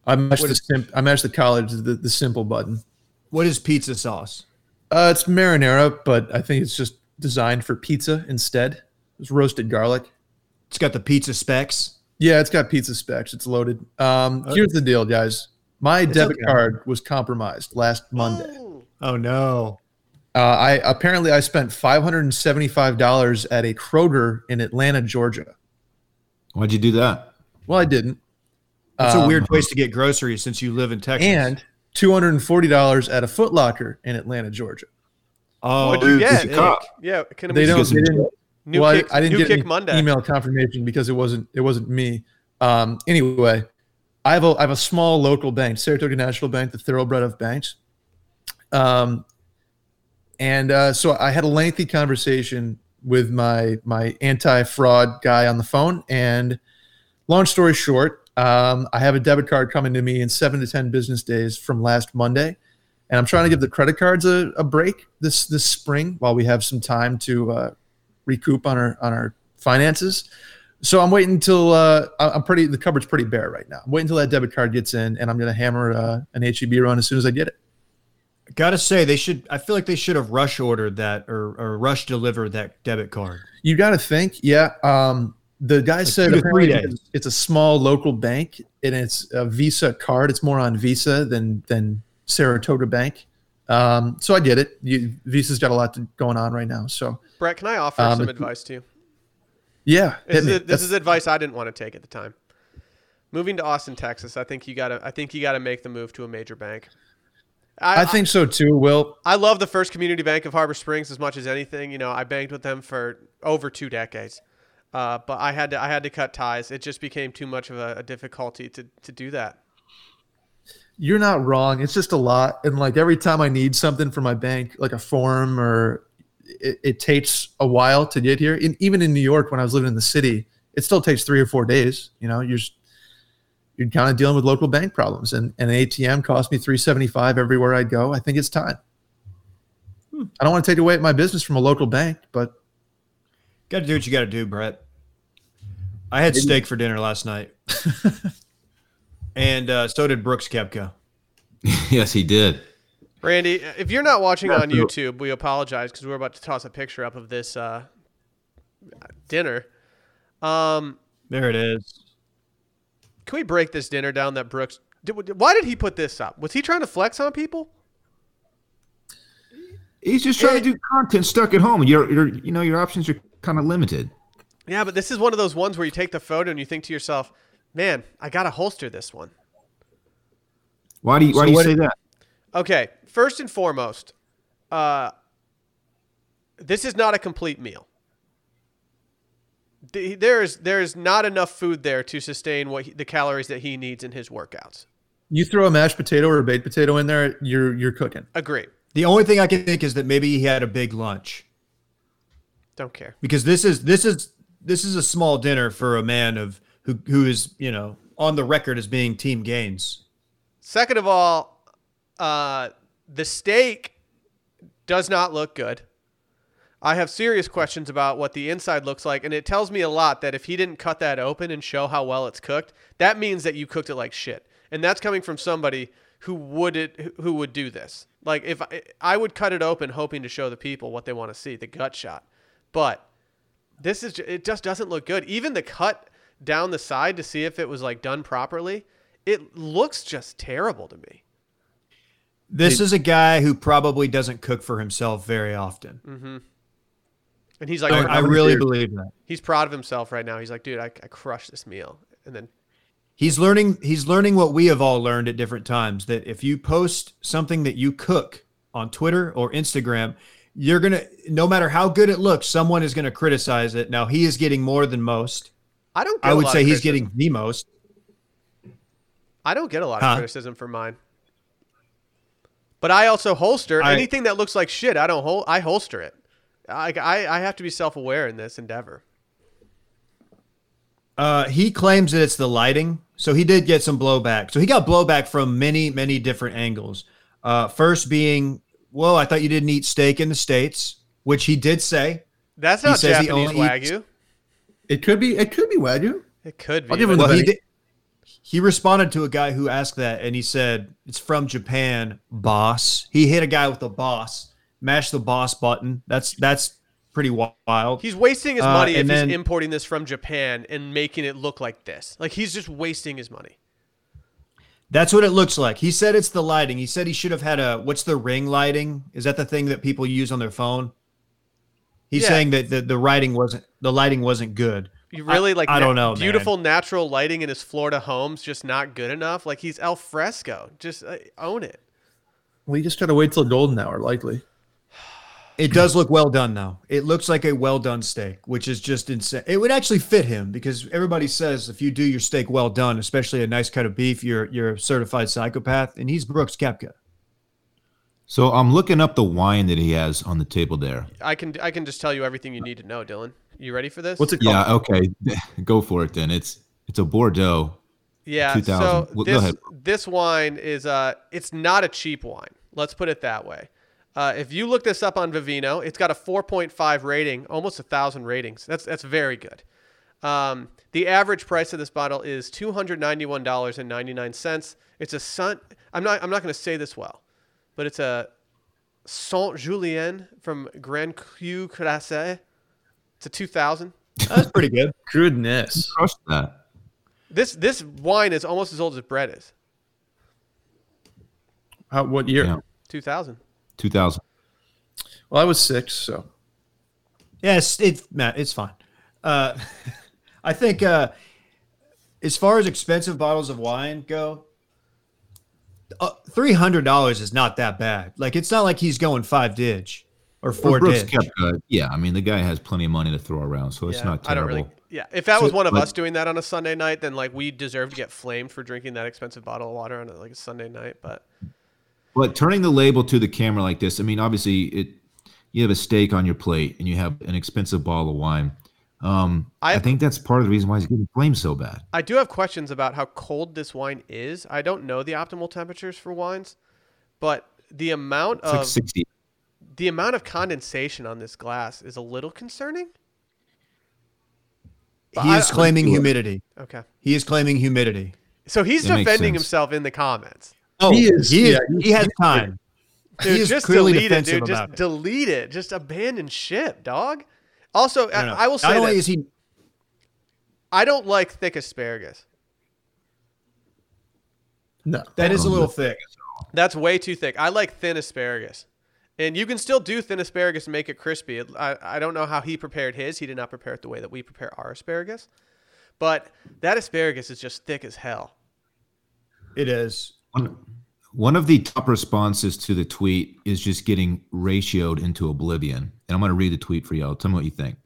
S4: I matched
S2: What
S4: the
S2: is-
S4: simp- I matched the college the, the simple button.
S2: What is pizza sauce?
S4: Uh, it's marinara, but I think it's just designed for pizza instead. It's roasted garlic.
S2: It's got the pizza specs.
S4: Yeah, it's got pizza specs. It's loaded. Um, Here's the deal, guys. My debit
S2: Oh, okay.
S4: card was compromised last Monday.
S2: Oh no!
S4: Uh, I apparently I spent five hundred and seventy-five dollars at a Kroger in Atlanta, Georgia.
S3: Why'd you do that?
S4: Well, I didn't.
S2: It's a
S4: Um,
S2: weird place to get groceries since you live in Texas.
S4: And two hundred and forty dollars at a Foot Locker in Atlanta, Georgia.
S2: oh,
S1: What'd you
S3: dude, he's
S1: get?
S3: a cop.
S1: Yeah, can
S4: They
S1: we
S4: don't.
S3: get some-
S4: They didn't
S1: new
S4: well, I-
S1: kick,
S4: I, didn't
S1: new
S4: get
S1: kick
S4: any
S1: Monday.
S4: email confirmation because it wasn't it wasn't me. Um, anyway, I have a I have a small local bank, Saratoga National Bank, the thoroughbred of banks. Um, and uh, so I had a lengthy conversation with my my anti fraud guy on the phone. And long story short, um, I have a debit card coming to me in seven to ten business days from last Monday. And I'm trying to give the credit cards a, a break this this spring while we have some time to uh, recoup on our on our finances. So I'm waiting until uh, I- I'm pretty the cupboard's pretty bare right now. I'm waiting until that debit card gets in, and I'm gonna hammer uh, an HEB run as soon as I get it.
S2: gotta say they should. I feel like they should have rush ordered that or, or rush delivered that debit card.
S4: You got to think, yeah. Um, the guy said
S2: two to three
S4: apparently
S2: days.
S4: it's a small local bank, and it's a Visa card. It's more on Visa than than Saratoga Bank. Um, so I get it. You, Visa's got a lot to, going on right now. So
S1: Brett, can I offer
S4: Um,
S1: some
S4: if-
S1: advice to you?
S4: yeah, hit
S1: This
S4: me.
S1: is, this
S4: That's-
S1: is advice I didn't want to take at the time. Moving to Austin, Texas, I think you gotta. I think you gotta make the move to a major bank.
S4: I think so too. Will
S1: I love the First Community Bank of Harbor Springs as much as anything. You know, I banked with them for over two decades, uh, but I had to I had to cut ties. It just became too much of a, a difficulty to to do that.
S4: you're not wrong. It's just a lot. And like every time I need something from my bank, like a form or it, it takes a while to get here. And even in New York, when I was living in the city, it still takes three or four days. You know, you're, just- you're kind of dealing with local bank problems and, and an ATM cost me 375 everywhere I go. I think it's time. I don't want to take away my business from a local bank, but
S2: Got to do what you got to do, Brett. I had steak for dinner last night, and uh, so did Brooks Kepka.
S3: yes, he did.
S1: Randy, if you're not watching on
S3: so-
S1: YouTube, we apologize because we're about to toss a picture up of this uh, dinner. Um,
S2: There it is.
S1: can we break this dinner down that Brooks? Did, why did he put this up? Was he trying to flex on people?
S3: He's just trying to do content stuck at home. Your, your, you know, your options are kind of limited.
S1: Yeah, but this is one of those ones where you take the photo and you think to yourself, "Man, I gotta holster this one."
S3: Why do you, why
S2: So
S3: do you
S2: what-
S3: say that?
S1: Okay, first and foremost, uh, this is not a complete meal. The- There is there is not enough food there to sustain what he, the calories that he needs in his workouts.
S4: you throw a mashed potato or a baked potato in there, you're, you're cooking.
S1: Agree.
S2: The only thing I can think is that maybe he had a big lunch
S1: Don't care.
S2: because this is this is this is a small dinner for a man of who who is you know on the record as being team gains.
S1: Second of all, uh, the steak does not look good. I have serious questions about what the inside looks like, and it tells me a lot that if he didn't cut that open and show how well it's cooked, that means that you cooked it like shit. And that's coming from somebody who would it, who would do this. Like if I, I would cut it open, hoping to show the people what they want to see, the gut shot. But this is ju- it just doesn't look good. Even the cut down the side to see if it was like done properly, it looks just terrible to me.
S2: This is a guy who probably doesn't cook for himself very often.
S1: And he's like,
S2: I, I really believe that.
S1: he's proud of himself right now. He's like, dude, I, I crushed this meal. And then
S2: He's learning he's learning what we have all learned at different times that if you post something that you cook on Twitter or Instagram, you're going to no matter how good it looks, someone is going to criticize it. Now he is getting more than most.
S1: I don't. Get
S2: I
S1: a
S2: would
S1: lot
S2: say
S1: of
S2: he's
S1: criticism.
S2: getting the most.
S1: I don't get a lot
S2: Huh?
S1: of criticism for mine. But I also holster
S2: I-
S1: anything that looks like shit. I don't hol- I holster it. I, I I have to be self aware in this endeavor.
S2: Uh, he claims that it's the lighting. So he did get some blowback. So he got blowback from many, many different angles. Uh, first being, whoa, I thought you didn't eat steak in the States, which he did say.
S1: That's
S2: He
S1: not
S2: says he
S1: Japanese
S2: only
S1: wagyu.
S2: eats-
S4: It could be. It could be Wagyu.
S1: It could be.
S4: I'll give him
S1: but-
S2: Well, he
S4: Right.
S2: did. He responded to a guy who asked that, and he said, "It's from Japan, boss." He hit a guy with a boss, mashed the boss button. That's that's pretty wild.
S1: he's wasting his
S2: Uh,
S1: money if
S2: and then-
S1: he's importing this from Japan and making it look like this. Like he's just wasting his money.
S2: That's what it looks like. He said it's the lighting. He said he should have had a what's the ring lighting? Is that the thing that people use on their phone? He's
S1: Yeah.
S2: saying that the, the writing wasn't the lighting wasn't good.
S1: You really like
S2: I
S1: na-
S2: don't know, man.
S1: Beautiful natural lighting in his Florida homes just not good enough. Like he's al fresco. Just uh, own it.
S4: Well, you just gotta wait till golden hour, likely.
S2: It does look well done though. It looks like a well done steak, which is just insane. It would actually fit him because everybody says if you do your steak well done, especially a nice cut of beef, you're you're a certified psychopath. And he's Brooks Kepka.
S3: So I'm looking up the wine that he has on the table there.
S1: I can I can just tell you everything you need to know, Dylan. You ready for this?
S4: What's it called?
S3: Yeah, okay. Go for it then. It's it's a Bordeaux.
S1: Yeah.
S3: 2000.
S1: So
S3: Well, go
S1: this
S3: ahead.
S1: this wine is uh it's not a cheap wine. Let's put it that way. Uh, if you look this up on Vivino, it's got a 4.5 rating, almost a thousand ratings. That's that's very good. Um, the average price of this bottle is two hundred ninety one dollars and ninety nine cents. It's a Saint. I'm not I'm not going to say this well, but it's a Saint Julien from Grand Cru Crasse. It's a 2000.
S2: That's pretty good.
S4: Goodness.
S3: Crushed that.
S1: This this wine is almost as old as bread is.
S4: How, what year?
S3: Yeah.
S1: 2000.
S3: 2000.
S4: Well, I was six, so
S2: Yes, it's Matt. It's fine. Uh, I think uh, as far as expensive bottles of wine go, uh, three hundred dollars is not that bad. Like it's not like he's going five dig or
S3: Well,
S2: four
S3: Brooks
S2: dig.
S3: kept uh, yeah, I mean the guy has plenty of money to throw around, so it's
S1: Yeah,
S3: not
S1: I
S3: terrible.
S1: don't really. Yeah, if that was one of
S3: but-
S1: us doing that on a Sunday night, then like we deserve to get flamed for drinking that expensive bottle of water on a, like a Sunday night. But
S3: But turning the label to the camera like this, I mean, obviously, it you have a steak on your plate and you have an expensive bottle of wine. Um, I,
S1: I-
S3: think that's part of the reason why he's getting flamed so bad.
S1: I do have questions about how cold this wine is. I don't know the optimal temperatures for wines, but the amount
S3: It's
S1: of
S3: like sixty.
S1: the amount of condensation on this glass is a little concerning.
S2: He is
S1: I-
S2: claiming humidity.
S1: Okay,
S2: He is claiming humidity.
S1: so he's
S3: That makes
S1: defending
S3: sense.
S1: himself in the comments.
S2: Oh,
S4: He is-
S2: He,
S4: yeah,
S2: he has time.
S1: Dude,
S2: he is
S1: just
S2: clearly
S1: delete it,
S2: defensive
S1: dude. Just
S2: about it.
S1: delete it. Just abandon ship, dog. Also,
S2: No, no.
S1: I, I will say
S2: not
S1: that
S2: only is he
S1: I don't like thick asparagus.
S4: no.
S2: that is a
S1: Oh,
S3: Um,
S2: little thick.
S1: That's way too thick. I like thin asparagus. And you can still do thin asparagus and make it crispy. It- I, I don't know how he prepared his. He did not prepare it the way that we prepare our asparagus. But that asparagus is just thick as hell.
S2: It is.
S3: One, one of the top responses to the tweet is just getting ratioed into oblivion. And I'm going to read the tweet for y'all. Tell me what you think.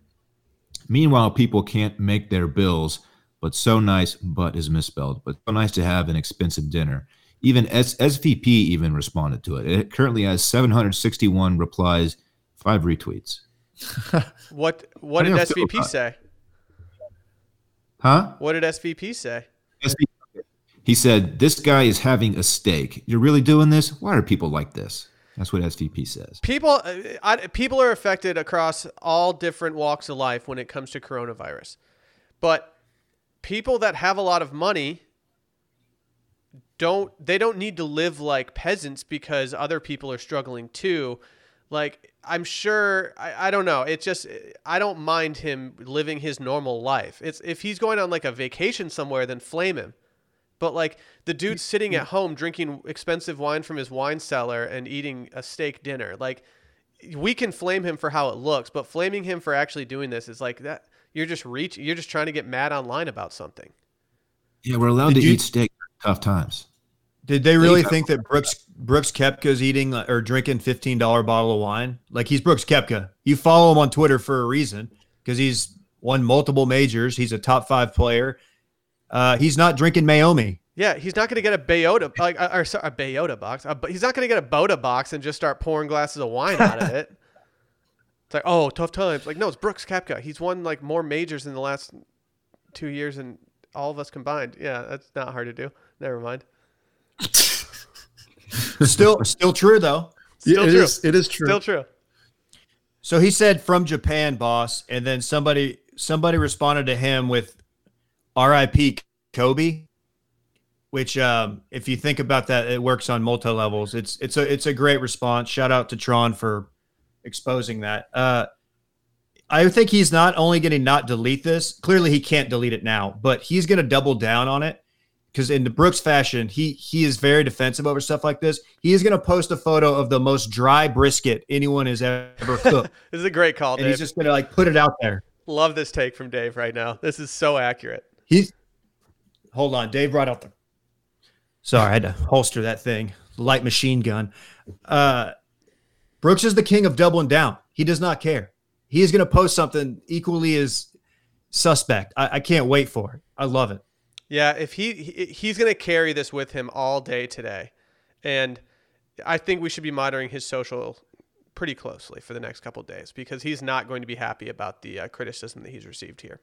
S3: Meanwhile, people can't make their bills, but so nice, but is misspelled, but so nice to have an expensive dinner. Even S- SVP even responded to it. It currently has 761 replies, five retweets.
S1: What what
S3: How do
S1: did
S3: you feel
S1: SVP
S3: about-
S1: say?
S3: Huh?
S1: What did SVP say?
S3: SVP. He said, This guy is having a steak. You're really doing this? Why are people like this? That's what SVP says.
S1: people uh, I, people are affected across all different walks of life when it comes to coronavirus but people that have a lot of money don't they don't need to live like peasants because other people are struggling too like i'm sure i, I don't know it's just i don't mind him living his normal life it's if he's going on like a vacation somewhere then flame him but like the dude sitting at home drinking expensive wine from his wine cellar and eating a steak dinner, like we can flame him for how it looks, but flaming him for actually doing this is like that you're just reach you're just trying to get mad online about something.
S3: Yeah, we're allowed
S2: Did
S3: to
S2: you-
S3: eat steak. Tough times.
S2: Did they really
S3: got-
S2: think that Brooks Brooks Kepka's eating uh, or drinking fifteen dollar bottle of wine? Like he's Brooks Kepka. You follow him on Twitter for a reason because he's won multiple majors. He's a top five player. Uh, he's not drinking Mayomi.
S1: Yeah, he's not going to get a Bayota like or sorry, a Bayota box. A, he's not going to get a Boda box and just start pouring glasses of wine out of it. It's like, oh, tough times. Like, no, it's Brooks Koepka. He's won like more majors in the last two years than all of us combined. Yeah, that's not hard to do. Never mind.
S2: Still, still true though.
S1: Still
S4: it
S1: true.
S4: is- It is true.
S1: Still true.
S2: So he said from Japan, boss, and then somebody somebody responded to him with "R.I.P. Kobe," which, um, if you think about that, it works on multi levels. It's it's a it's a great response. Shout out to Tron for exposing that. Uh, I think he's not only going to not delete this. Clearly, he can't delete it now, but he's going to double down on it because in the Brooks fashion, he he is very defensive over stuff like this. He is going to post a photo of the most dry brisket anyone has ever cooked.
S1: This is a great call,
S2: and
S1: Dave.
S2: he's just gonna like put it out there.
S1: Love this take from Dave right now. This is so accurate.
S2: He's hold on, Dave brought out the. Sorry, I had to holster that thing, light machine gun. Uh, Brooks is the king of doubling down. He does not care. He is gonna post something equally as suspect. I, I can't wait for it. I love it.
S1: Yeah, if he, he he's going to carry this with him all day today, and I think we should be monitoring his social pretty closely for the next couple of days because he's not going to be happy about the uh, criticism that he's received here.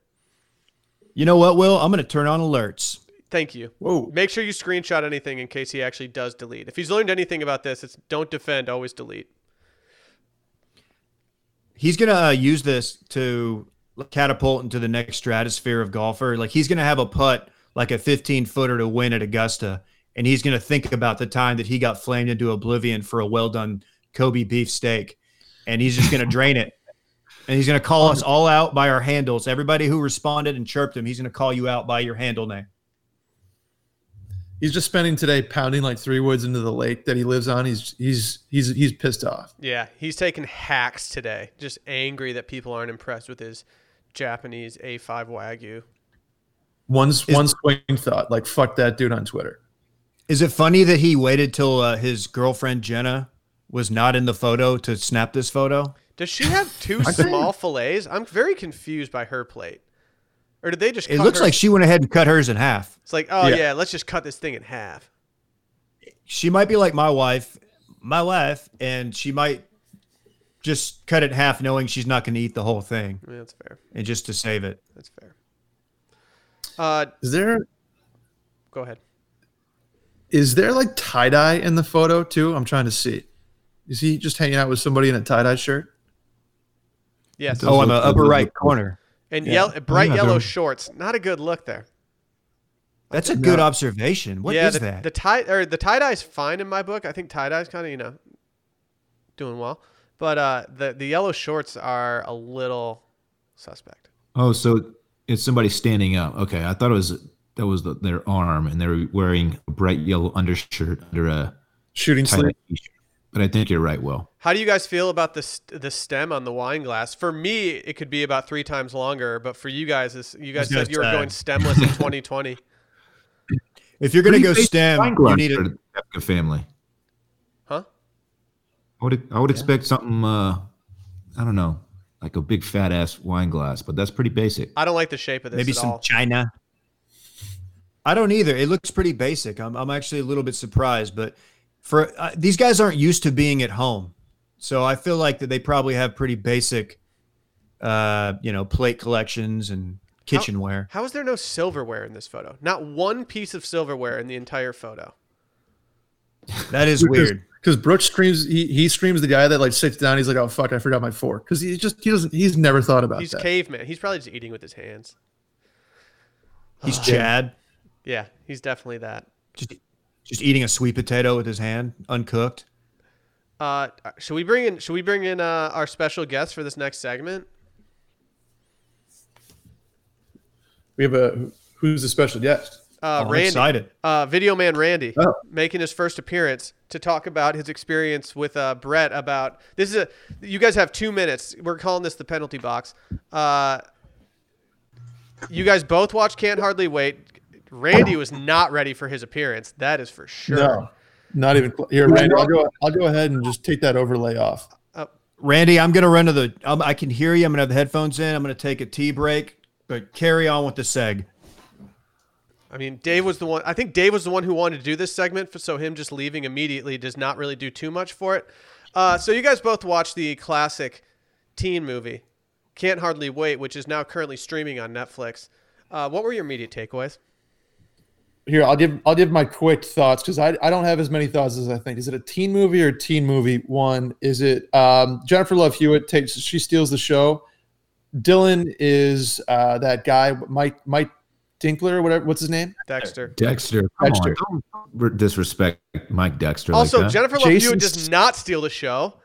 S2: You know what, Will? I'm gonna turn on alerts.
S1: Thank you.
S4: Whoa.
S1: Make sure you screenshot anything in case he actually does delete. If he's learned anything about this, it's don't defend, always delete.
S2: he's gonna uh, use this to catapult into the next stratosphere of golfer. Like he's gonna have a putt like a 15 footer to win at Augusta, and he's gonna think about the time that he got flamed into oblivion for a well done Kobe beef steak, and he's just gonna drain it. And he's gonna call us all out by our handles. Everybody who responded and chirped him, he's gonna call you out by your handle name.
S4: He's just spending today pounding like three woods into the lake that he lives on. He's he's he's he's pissed off.
S1: Yeah, he's taking hacks today. Just angry that people aren't impressed with his Japanese A5 Wagyu.
S4: One's one swing thought, like fuck that dude on Twitter.
S2: Is it funny that he waited till uh, his girlfriend Jenna was not in the photo to snap this photo?
S1: Does she have two small fillets? I'm very confused by her plate. Or did they just?
S2: It
S1: cut
S2: looks
S1: her-
S2: like she went ahead and cut hers in half.
S1: it's like, oh yeah.
S4: Yeah.
S1: let's just cut this thing in half.
S2: she might be like my wife, my wife, and she might just cut it in half, knowing she's not going to eat the whole thing,
S1: Yeah, that's fair.
S2: and just to save it.
S1: That's fair. Uh,
S4: Is there
S1: go ahead.
S4: is there like tie dye in the photo too? I'm trying to see. Is he just hanging out with somebody in a tie dye shirt?
S1: Yes,
S3: Those
S2: oh, on the
S3: look-
S2: upper
S3: those
S2: right
S3: look-
S2: corner.
S1: and
S4: yeah.
S1: yellow, bright
S4: Yeah,
S1: yellow
S4: they're-
S1: shorts. Not a good look there.
S2: That's a good
S4: No.
S2: observation. What is
S1: yeah, the,
S2: that?
S1: The tie or the tie dye's fine in my book. I think tie dye's kind of you know doing well, but uh, the the yellow shorts are a little suspect.
S3: Oh, so it's somebody standing up. Okay, I thought it was that was the, their arm, and they were wearing a bright yellow undershirt under a
S4: Shooting
S3: tight
S4: sleep.
S3: t-shirt. But I think you're right, Will.
S1: How do you guys feel about the st- the stem on the wine glass? For me, it could be about three times longer, but for you guys, this, you guys
S2: was gonna
S1: said you were
S2: say.
S1: going stemless in 2020.
S2: if you're going to go
S3: Pretty basic wine
S2: stem,
S3: glass
S2: you need
S3: for
S2: a
S3: the Kepka family.
S1: Huh?
S3: I would I would expect something. Uh, I don't know, like a big fat ass wine glass, but that's pretty basic.
S1: I don't like the shape of this
S2: maybe
S1: at
S2: some
S1: all.
S2: china. I don't either. It looks pretty basic. I'm I'm actually a little bit surprised, but for uh, these guys aren't used to being at home, so I feel like that they probably have pretty basic, uh, you know, plate collections and kitchenware.
S1: How is there no silverware in this photo? Not one piece of silverware in the entire photo.
S2: That is weird.
S4: Because Brooks streams, he, he streams the guy that like sits down. He's like, oh fuck, I forgot my fork. Because he just he doesn't he's never thought about
S1: He's
S4: that.
S1: caveman. He's probably just eating with his hands.
S2: He's Chad,
S1: Yeah, he's definitely that.
S2: just just eating a sweet potato with his hand, uncooked.
S1: Uh, should we bring in? Should we bring in uh, our special guest for this next segment?
S4: we have a who's the special guest?
S1: Uh,
S2: I'm
S1: Randy,
S2: excited.
S1: Uh, video man Randy,
S4: Oh.
S1: making his first appearance to talk about his experience with uh, Brett. About this is a you guys have two minutes. We're calling this the penalty box. Uh, you guys both watch Can't Hardly Wait. Randy was not ready for his appearance. That is for sure.
S4: No, not even cl- here. Randy, I'll go. I'll go ahead and just take that overlay off.
S2: Randy, I'm gonna run to the. Um, I can hear you. I'm gonna have the headphones in. I'm gonna take a tea break, but carry on with the seg.
S1: I mean, Dave was the one. I think Dave was the one who wanted to do this segment, f- so him just leaving immediately does not really do too much for it. Uh, so you guys both watched the classic teen movie, Can't Hardly Wait, which is now currently streaming on Netflix. Uh, what were your immediate takeaways?
S4: Here, I'll give I'll give my quick thoughts because I, I don't have as many thoughts as I think. Is it a teen movie or a teen movie? One is it um, Jennifer Love Hewitt takes she steals the show. Dylan is uh, that guy Mike Mike Dinkler whatever what's his name?
S1: Dexter.
S3: Dexter, come
S4: Dexter.
S3: on, don't re- disrespect Mike Dexter. like
S1: Also,
S3: that.
S1: Jennifer Love
S4: Jason
S1: Hewitt does
S4: St-
S1: not steal the show.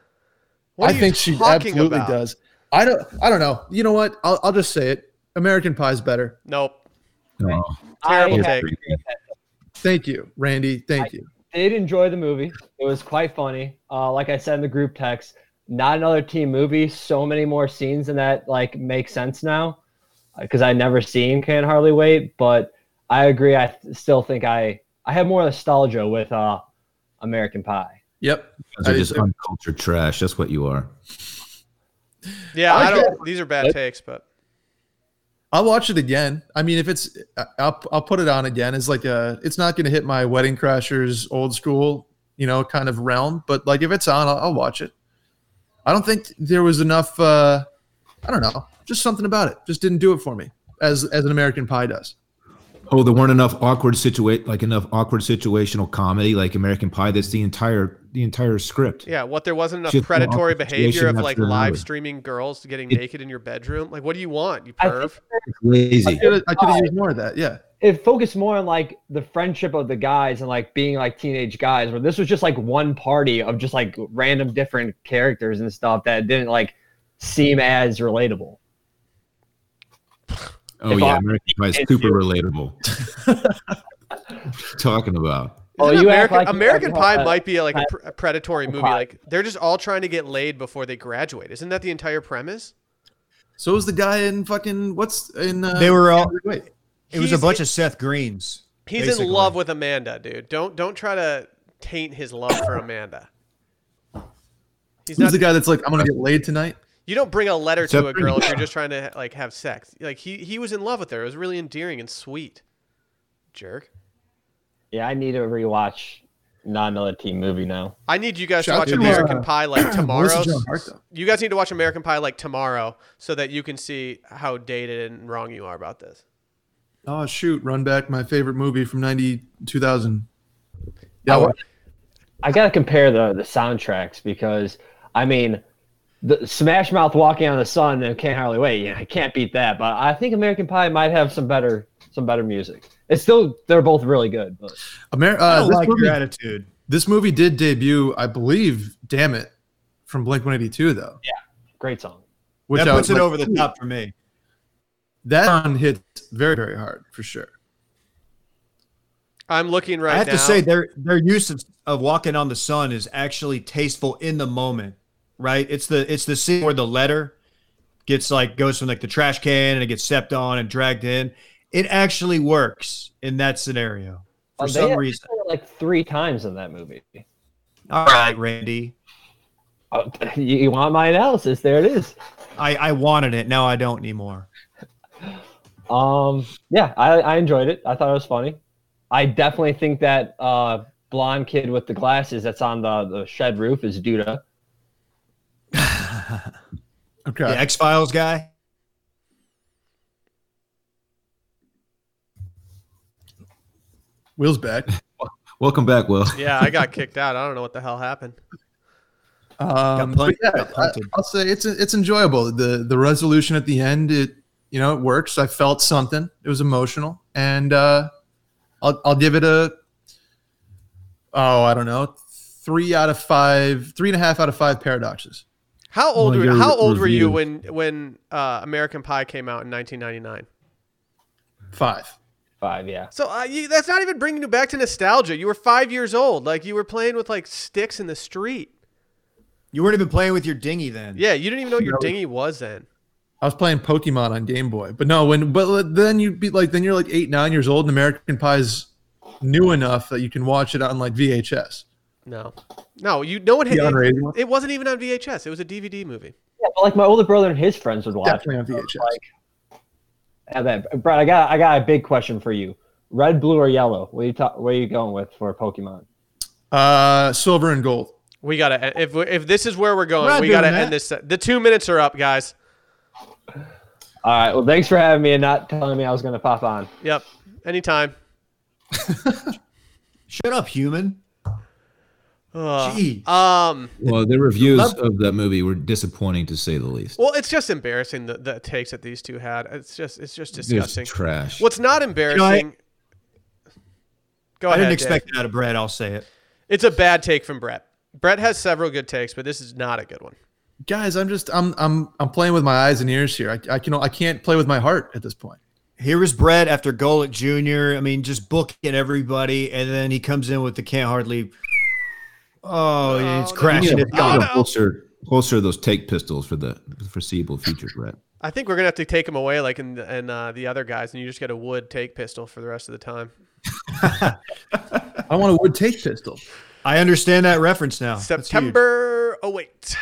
S1: What are
S4: I
S1: you
S4: think she
S1: talking
S4: absolutely
S1: about?
S4: does. I don't I don't know. You know what? I'll, I'll just say it. American Pie's better.
S1: Nope.
S3: Oh,
S1: Terrible
S5: I-
S1: take.
S4: Thank you, Randy. Thank you.
S5: did enjoy the movie. It was quite funny. Uh, like I said in the group text, not another team movie. So many more scenes in that like make sense now, because I never seen Can Hardly Wait. But I agree. I th- still think I I have more nostalgia with uh, American Pie.
S4: Yep.
S3: Those are
S4: I-
S3: just uncultured trash. That's what you are.
S1: Yeah, I
S4: Okay.
S1: don't. These are bad takes, but
S4: I'll watch it again. I mean, if it's, I- I'll, I'll put it on again. It's like a, it's not going to hit my Wedding Crashers old school, you know, kind of realm. But like if it's on, I'll, I'll watch it. I don't think there was enough. Uh, I don't know, just something about it just didn't do it for me as as an American Pie does.
S3: Oh, there weren't enough awkward situate like enough awkward situational comedy like American Pie. That's the entire the entire script.
S1: yeah, what there wasn't enough
S3: Just an
S1: predatory
S3: awkward
S1: behavior
S3: situation
S1: of
S3: after
S1: like
S3: another.
S1: live streaming girls getting
S3: It-
S1: naked in your bedroom. Like, what do you want, you
S5: I
S1: perv?
S3: It's lazy.
S4: Coulda- I could have used more of that. Yeah,
S5: It focused more on like the friendship of the guys and like being like teenage guys. Where this was just like one party of just like random different characters and stuff that didn't like seem as relatable.
S3: Oh
S5: If
S3: yeah,
S5: I-
S3: American Pie is
S5: if
S3: super
S5: you-
S3: relatable. What you talking about
S5: Oh,
S1: Isn't
S5: you act
S1: American,
S5: like you
S1: American
S5: fucking-
S1: Pie
S5: uh,
S1: might be like a, pr- a predatory movie.
S5: Pie.
S1: Like they're just all trying to get laid before they graduate. Isn't that the entire premise?
S4: so was the guy in fucking what's in? Uh,
S2: They were all.
S4: wait.
S2: It was a
S1: He's-
S2: bunch of Seth Greens.
S1: He's
S2: basically.
S1: in love with Amanda, dude. Don't don't try to taint his love for Amanda. He's
S4: Who's
S1: not.
S4: the guy that's like I'm gonna get laid tonight?
S1: you don't bring a letter to a
S3: Separate-
S1: girl if you're just trying to like have sex. Like he he was in love with her. It was really endearing and sweet. Jerk.
S5: Yeah, I need to rewatch not another team movie now.
S1: I need you guys
S4: Shout
S1: to watch
S4: out to,
S1: American
S4: uh,
S1: Pie like tomorrow.
S4: Melissa Joan Hart, though.
S1: You guys need to watch American Pie like tomorrow so that you can see how dated and wrong you are about this.
S4: Oh shoot, run back my favorite movie from 90 2000. Yeah,
S5: Oh, I gotta compare the the soundtracks because I mean, the Smash Mouth "Walking on the Sun" and "Can't Hardly Wait." Yeah, I can't beat that. But I think American Pie might have some better some better music. It's still they're both really good. But
S4: Amer-
S2: I
S4: uh,
S2: don't
S4: this
S2: like
S4: movie-
S2: your attitude.
S4: This movie did debut, I believe, damn it, from Blink 182, though.
S5: great song.
S4: Which
S2: that
S4: I
S2: puts
S4: was
S2: it
S4: like,
S2: over the top for me.
S4: That one hits very, very hard for sure.
S1: I'm looking right
S2: I have
S1: now.
S2: to say their their use of, of walking on the sun is actually tasteful in the moment, right? It's the it's the scene where the letter gets like goes from like the trash can and it gets stepped on and dragged in. It actually works in that scenario for
S5: Uh, they
S2: some
S5: had-
S2: reason.
S5: like three times in that movie.
S2: All right, Randy,
S5: Uh, you, you want my analysis? There it is.
S2: I I wanted it. Now I don't anymore.
S5: Um, yeah, I, I enjoyed it. I thought it was funny. I definitely think that uh, blonde kid with the glasses that's on the, the shed roof is Duda.
S4: Okay.
S2: The X Files guy.
S4: Wheels back.
S3: Welcome back, Will.
S1: Yeah, I got kicked out. I don't know what the hell happened.
S4: Um,
S2: punt-
S4: but yeah,
S2: got
S4: I,
S2: punted.
S4: will say it's it's enjoyable. The the resolution at the end, it you know, it works. I felt something. It was emotional, and uh, I'll I'll give it a oh I don't know three out of five, three and a half out of five paradoxes.
S1: How old
S3: Wanna
S1: were
S3: get a
S1: How
S3: re-
S1: old were you
S3: review.
S1: when when uh, American Pie came out in 1999?
S4: Five.
S5: Five, yeah.
S1: So uh, you, that's not even bringing you back to nostalgia. You were five years old. Like you were playing with like sticks in the street.
S2: You weren't even playing with your dinghy then.
S1: Yeah, you didn't even know what your dinghy was then.
S4: I was playing Pokemon on Game Boy, but no, when but then you be like then you're like eight nine years old, and American Pie's new enough that you can watch it on like VHS.
S1: No, no, you. No one had.
S4: The
S1: It,
S4: unrated one?
S1: it wasn't even on VHS. It was a DVD movie.
S5: Yeah, but like my older brother and his friends would watch.
S4: Definitely on
S5: So it's
S4: VHS.
S5: Like, and then, Brad, I got I got a big question for you. Red, blue, or yellow? What are you ta- What are you going with for Pokemon?
S4: Uh, silver and gold.
S1: We gotta. uh, If we- if this is where we're going,
S2: We're not
S1: we
S2: doing
S1: gotta
S2: that.
S1: end this. The two minutes are up, guys.
S5: All right. Well, thanks for having me and not telling me I was going to pop on.
S1: Yep. Anytime.
S2: Shut up, human.
S1: Ugh.
S2: Jeez.
S1: Um.
S3: Well, the reviews of that movie were disappointing to say the least.
S1: Well, it's just embarrassing the, the takes that these two had. It's just it's just
S3: Just
S1: disgusting.
S3: trash.
S1: What's not embarrassing? Go
S2: I
S1: ahead.
S2: didn't
S1: Dave.
S2: expect it out of Brad. I'll say it.
S1: It's a bad take from Brett. Brett has several good takes, but this is not a good one.
S4: guys i'm just i'm i'm i'm playing with my eyes and ears here i, I can i can't play with my heart at this point
S2: Here was Brett after Golick Jr. I mean, just booking everybody, and then he comes in with the can't hardly. Oh, and it's
S3: You
S2: crashing.
S3: need
S2: it.
S3: to you need to holster, holster those take pistols for the foreseeable future, Brett.
S1: I think we're gonna have to take him away, like in the, and uh, the other guys, and you just get a wood take pistol for the rest of the time.
S4: i want a wood take pistol
S2: I understand that reference now. That's huge.
S1: September. Oh wait,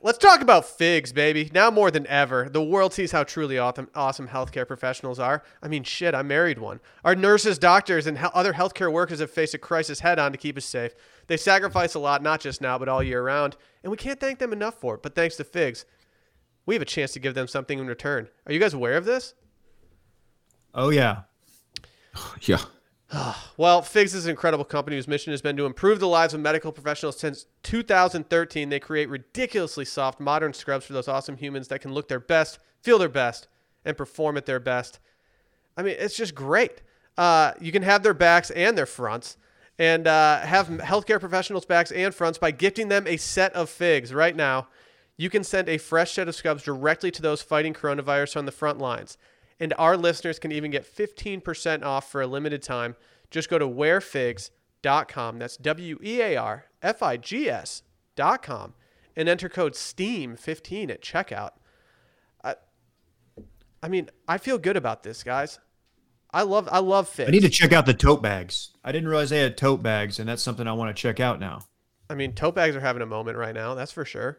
S1: let's talk about figs, baby. Now more than ever, the world sees how truly awesome, awesome healthcare professionals are. I mean, shit, I married one. Our nurses, doctors, and hel- other healthcare workers have faced a crisis head on to keep us safe. They sacrifice a lot, not just now, but all year round, and we can't thank them enough for it. But thanks to figs, we have a chance to give them something in return. Are you guys aware of this?
S2: Oh yeah.
S3: Yeah.
S1: Well, Figs is an incredible company whose mission has been to improve the lives of medical professionals since 2013. They create ridiculously soft, modern scrubs for those awesome humans that can look their best, feel their best, and perform at their best. I mean, it's just great. Uh, you can have their backs and their fronts, and uh, have healthcare professionals' backs and fronts by gifting them a set of figs right now. You can send a fresh set of scrubs directly to those fighting coronavirus on the front lines. And our listeners can even get 15% off for a limited time. Just go to wearfigs.com. That's W E A R F I G S.com and enter code STEAM15 at checkout. I, I mean, I feel good about this, guys. I love I love figs.
S2: I need to check out the tote bags. I didn't realize they had tote bags, and that's something I want to check out now.
S1: I mean, tote bags are having a moment right now. That's for sure.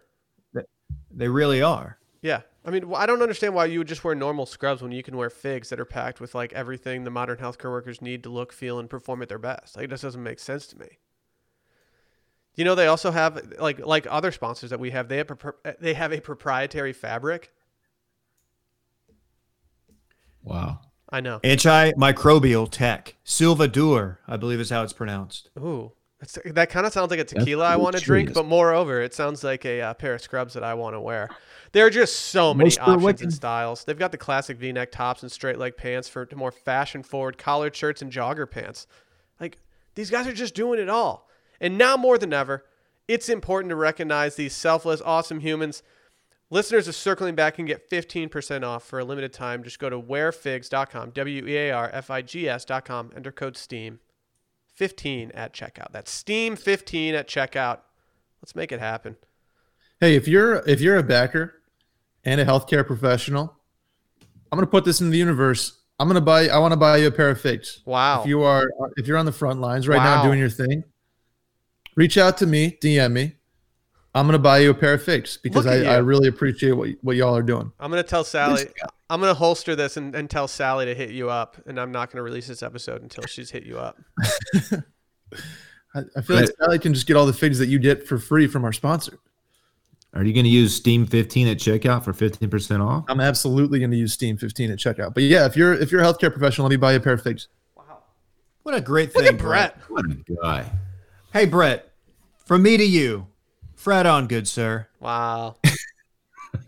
S2: They really are.
S1: Yeah. I mean, wh- I don't understand why you would just wear normal scrubs when you can wear figs that are packed with like everything the modern healthcare workers need to look, feel, and perform at their best. Like, it just doesn't make sense to me. You know, they also have like like other sponsors that we have. They have propr- they have a proprietary fabric.
S3: Wow.
S1: I know.
S2: Antimicrobial tech. Silva Dur, I believe is how it's pronounced.
S1: Ooh, that's, that kind of sounds like a tequila I want to drink, but
S3: luxurious.
S1: moreover, it sounds like a uh, pair of scrubs that I want to wear. There are just so many
S4: Mr.
S1: options
S4: Wiccan.
S1: and styles. They've got the classic V-neck tops and straight leg pants for to more fashion-forward collared shirts and jogger pants. Like these guys are just doing it all, and now more than ever, it's important to recognize these selfless, awesome humans. Listeners of Circling Back can get 15% off for a limited time. Just go to wearfigs.com, W E A R F I G S.com, enter code STEAM. 15 at checkout. That's Steam 15 at checkout. Let's make it happen.
S4: hey if you're if you're a backer and a healthcare professional i'm gonna put this in the universe i'm gonna buy i want to buy you a pair of figs
S1: Wow.
S4: if you are uh, if you're on the front lines right
S1: Wow.
S4: now doing your thing reach out to me dm me i'm gonna buy you a pair of figs because
S1: Look
S4: I,
S1: at
S4: I
S1: you.
S4: really appreciate what, what y'all are doing
S1: I'm going to tell Sally, I'm going to holster this and, and tell Sally to hit you up. And I'm not going to release this episode until she's hit you up.
S4: i, I feel like
S3: Right.
S4: sally can just get all the figs that you get for free from our sponsor
S3: Are you going to use Steam 15 at checkout for 15% off?
S4: I'm absolutely going to use Steam 15 at checkout. But yeah, if you're if you're a healthcare professional, let me buy you a pair of figs.
S2: What a great thing,
S1: Look at Brett.
S3: What a guy.
S2: Hey, Brett. From me to you, Fred on, good sir.
S1: Wow.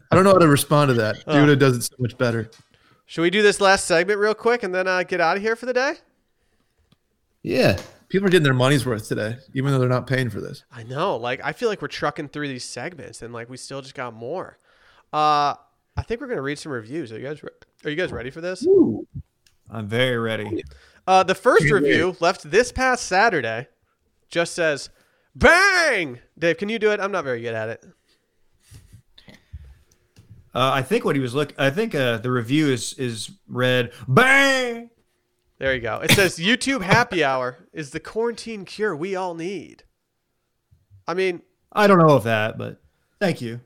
S4: I don't know how to respond to that.
S1: Oh.
S4: Duda does it so much better.
S1: Should we do this last segment real quick and then uh, get out of here for the day?
S3: Yeah.
S4: People are getting their money's worth today, even though they're not paying for this.
S1: I know. Like I feel like we're trucking through these segments and like we still just got more. Uh, I think we're gonna read some reviews. Are you guys re- are you guys ready for this?
S2: I'm very ready.
S1: Uh, the first review left this past Saturday just says, "Bang!" Dave, can you do it? I'm not very good at it.
S2: Uh, I think what he was look. I think uh, the review is is read bang.
S1: There you go. It says YouTube Happy Hour is the quarantine cure we all need. I mean,
S2: I don't know of that, but thank you.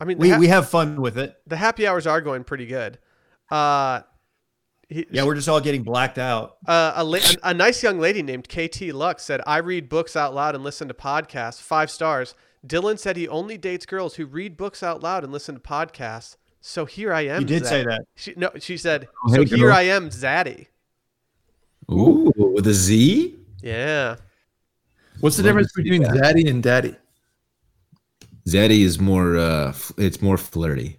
S1: I mean, the,
S2: We
S1: ha-
S2: we have fun with it.
S1: the happy hours are going pretty good. Uh, he-
S2: Yeah, we're just all getting blacked out.
S1: Uh, a, la- a, a nice young lady named KT Lux said, I read books out loud and listen to podcasts. Five stars. Dylan said he only dates girls who read books out loud and listen to podcasts. So here I am.
S2: You did
S1: Zad-
S2: say that.
S1: She, no, she said,
S3: Oh,
S1: So
S3: hey,
S1: here
S3: girl."
S1: I am, Zaddy.
S3: Ooh, with a Z?
S1: Yeah.
S4: What's
S3: Love to
S4: the difference
S3: see
S4: between
S3: that.
S4: daddy and daddy?
S3: Zaddy is more uh f- it's more flirty.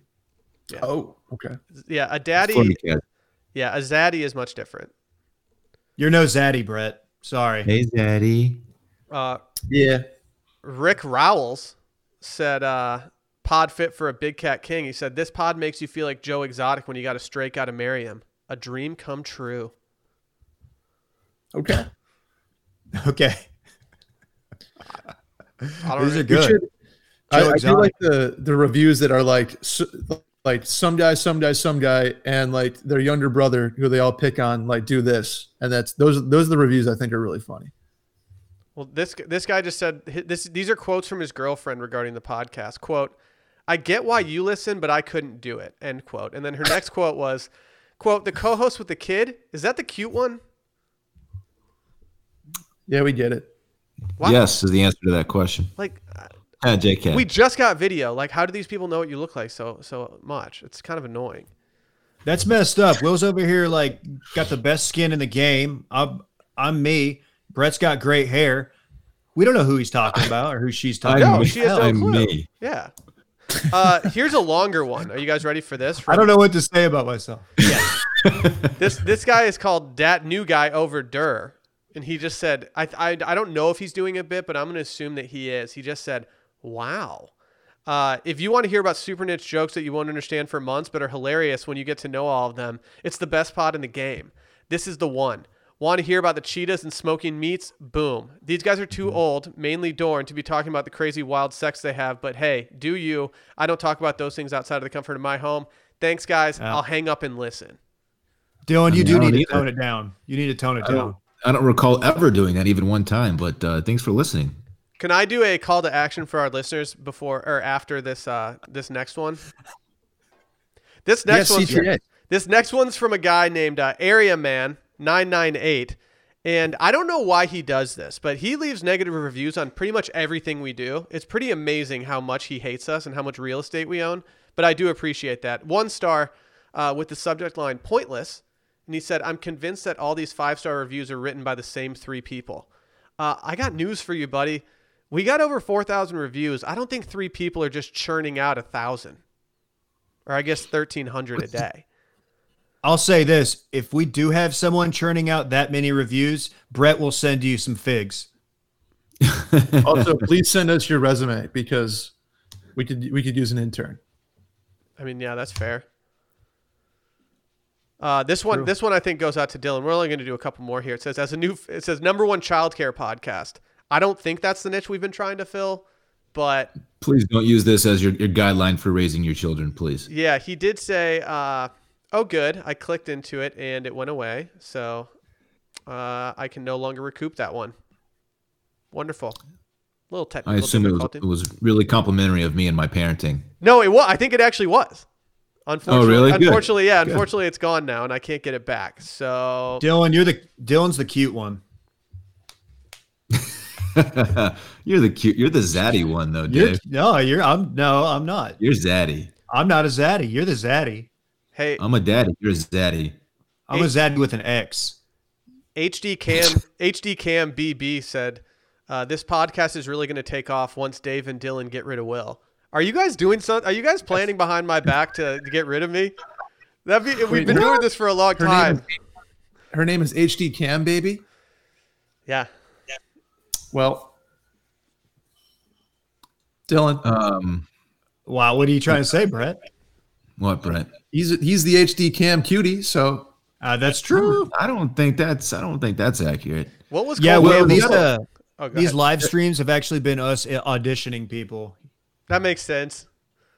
S4: Oh, okay.
S1: Yeah. A daddy.
S3: Flirty cat.
S1: Yeah. A Zaddy is much different.
S2: You're no zaddy, Brett. Sorry.
S3: Hey Zaddy.
S1: Uh,
S4: Yeah.
S1: Rick Rowles said, uh, Pod fit for a big cat king. He said, This pod makes you feel like Joe Exotic when you got a stray guy to marry him. A dream come true.
S4: Okay.
S2: Okay.
S1: I don't
S2: These
S1: know.
S2: are good.
S4: should-
S2: Joe
S4: I, I do
S2: Exotic.
S4: like the the reviews that are like s like some guy, some guy, some guy, and like their younger brother who they all pick on. Like do this, and that's those those are the reviews I think are really funny.
S1: Well, this this guy just said hi- this. These are quotes from his girlfriend regarding the podcast. "Quote: I get why you listen, but I couldn't do it." End quote. And then her next quote was, "Quote: The co-host with the kid is that the cute one?
S4: Yeah, we get it.
S1: Why-
S3: Yes, is the answer to that question.
S1: Like, uh,
S3: Ah, JK.
S1: we just got video. Like, how do these people know what you look like so so much? It's kind of annoying.
S2: That's messed up. Will's over here like got the best skin in the game. I'm I'm me. Brett's got great hair. We don't know who he's talking about or who she's talking
S1: No,
S2: about.
S1: she has no
S2: Hell,
S3: I'm
S1: clue.
S3: me.
S1: Yeah. Uh, here's a longer one. Are you guys ready for this?
S2: I don't know what to say about myself.
S1: This this guy is called Dat New Guy over Durr, and he just said, I, I I don't know if he's doing a bit, but I'm gonna assume that he is. He just said, "Wow." Uh, if you want to hear about super niche jokes that you won't understand for months but are hilarious when you get to know all of them, it's the best pod in the game. This is the one. Want to hear about the cheetahs and smoking meats? Boom. These guys are too old, mainly Dorn, to be talking about the crazy wild sex they have, but hey, do you? I don't talk about those things outside of the comfort of my home. Thanks, guys.
S2: Yeah.
S1: I'll hang up and listen.
S2: Dylan, you
S3: I
S2: do
S3: don't
S2: need to
S3: either.
S2: tone it down. You need to tone it
S3: I
S2: down.
S3: don't, I don't recall ever doing that even one time, but uh, thanks for listening.
S1: Can I do a call to action for our listeners before or after this uh this next one? This next
S4: Yes,
S1: one's
S4: CTA.
S1: this next one's from a guy named uh, Area Man 998 and I don't know why he does this, but he leaves negative reviews on pretty much everything we do. It's pretty amazing how much he hates us and how much real estate we own, but I do appreciate that. One star uh, with the subject line pointless. And he said, I'm convinced that all these five star reviews are written by the same three people. Uh, I got news for you, buddy. We got over 4,000 reviews. I don't think three people are just churning out a 1,000 or I guess 1,300 a day.
S2: I'll say this: if we do have someone churning out that many reviews, Brett will send you some figs.
S4: Also, please send us your resume because we could we could use an intern.
S1: I mean, yeah, that's fair. Uh, this one, this one, I think goes out to Dylan. We're only going to do a couple more here. It says, as a new, it says number one childcare podcast. I don't think that's the niche we've been trying to fill, but
S3: Please don't use this as your, your guideline for raising your children, please.
S1: Yeah, he did say, uh, "Oh, good." I clicked into it and it went away, so uh, I can no longer recoup that one. Wonderful. Little technical
S3: I assume it was,
S1: difficulty.
S3: it was really complimentary of me and my parenting.
S1: no, it was. I think it actually was. Unfortunately,
S3: Oh, really? Good.
S1: unfortunately, yeah. Unfortunately, it's gone now, and I can't get it back. So
S2: Dylan, you're the Dylan's the cute one.
S3: you're the cute, you're the zaddy one though,
S2: You're
S3: dude.
S2: no, you're I'm no, I'm not.
S3: You're, zaddy.
S2: I'm not a zaddy. You're the zaddy.
S1: hey,
S3: I'm a daddy. You're a zaddy.
S2: I'm a zaddy with an X.
S1: HD Cam HD Cam BB said, uh, "This podcast is really going to take off once Dave and Dylan get rid of Will. Are you guys doing something? Are you guys planning behind my back to, to get rid of me? That be, we've been doing this for a long
S4: Her name,
S1: time.
S4: is, her name is HD Cam Baby.
S1: Yeah,
S4: Well, Dylan, uh,
S3: Um,
S2: Wow, what are you trying to say, Brett?
S3: what, Brett?
S4: he's he's the HD Cam cutie. So
S2: Uh, that's true.
S3: I don't think that's. I don't think that's accurate.
S1: what was
S2: Yeah,
S1: Cole
S2: well,
S1: Campbell's-
S2: these uh,
S1: oh, go
S2: these
S1: ahead.
S2: live streams have actually been us auditioning people.
S1: that makes sense.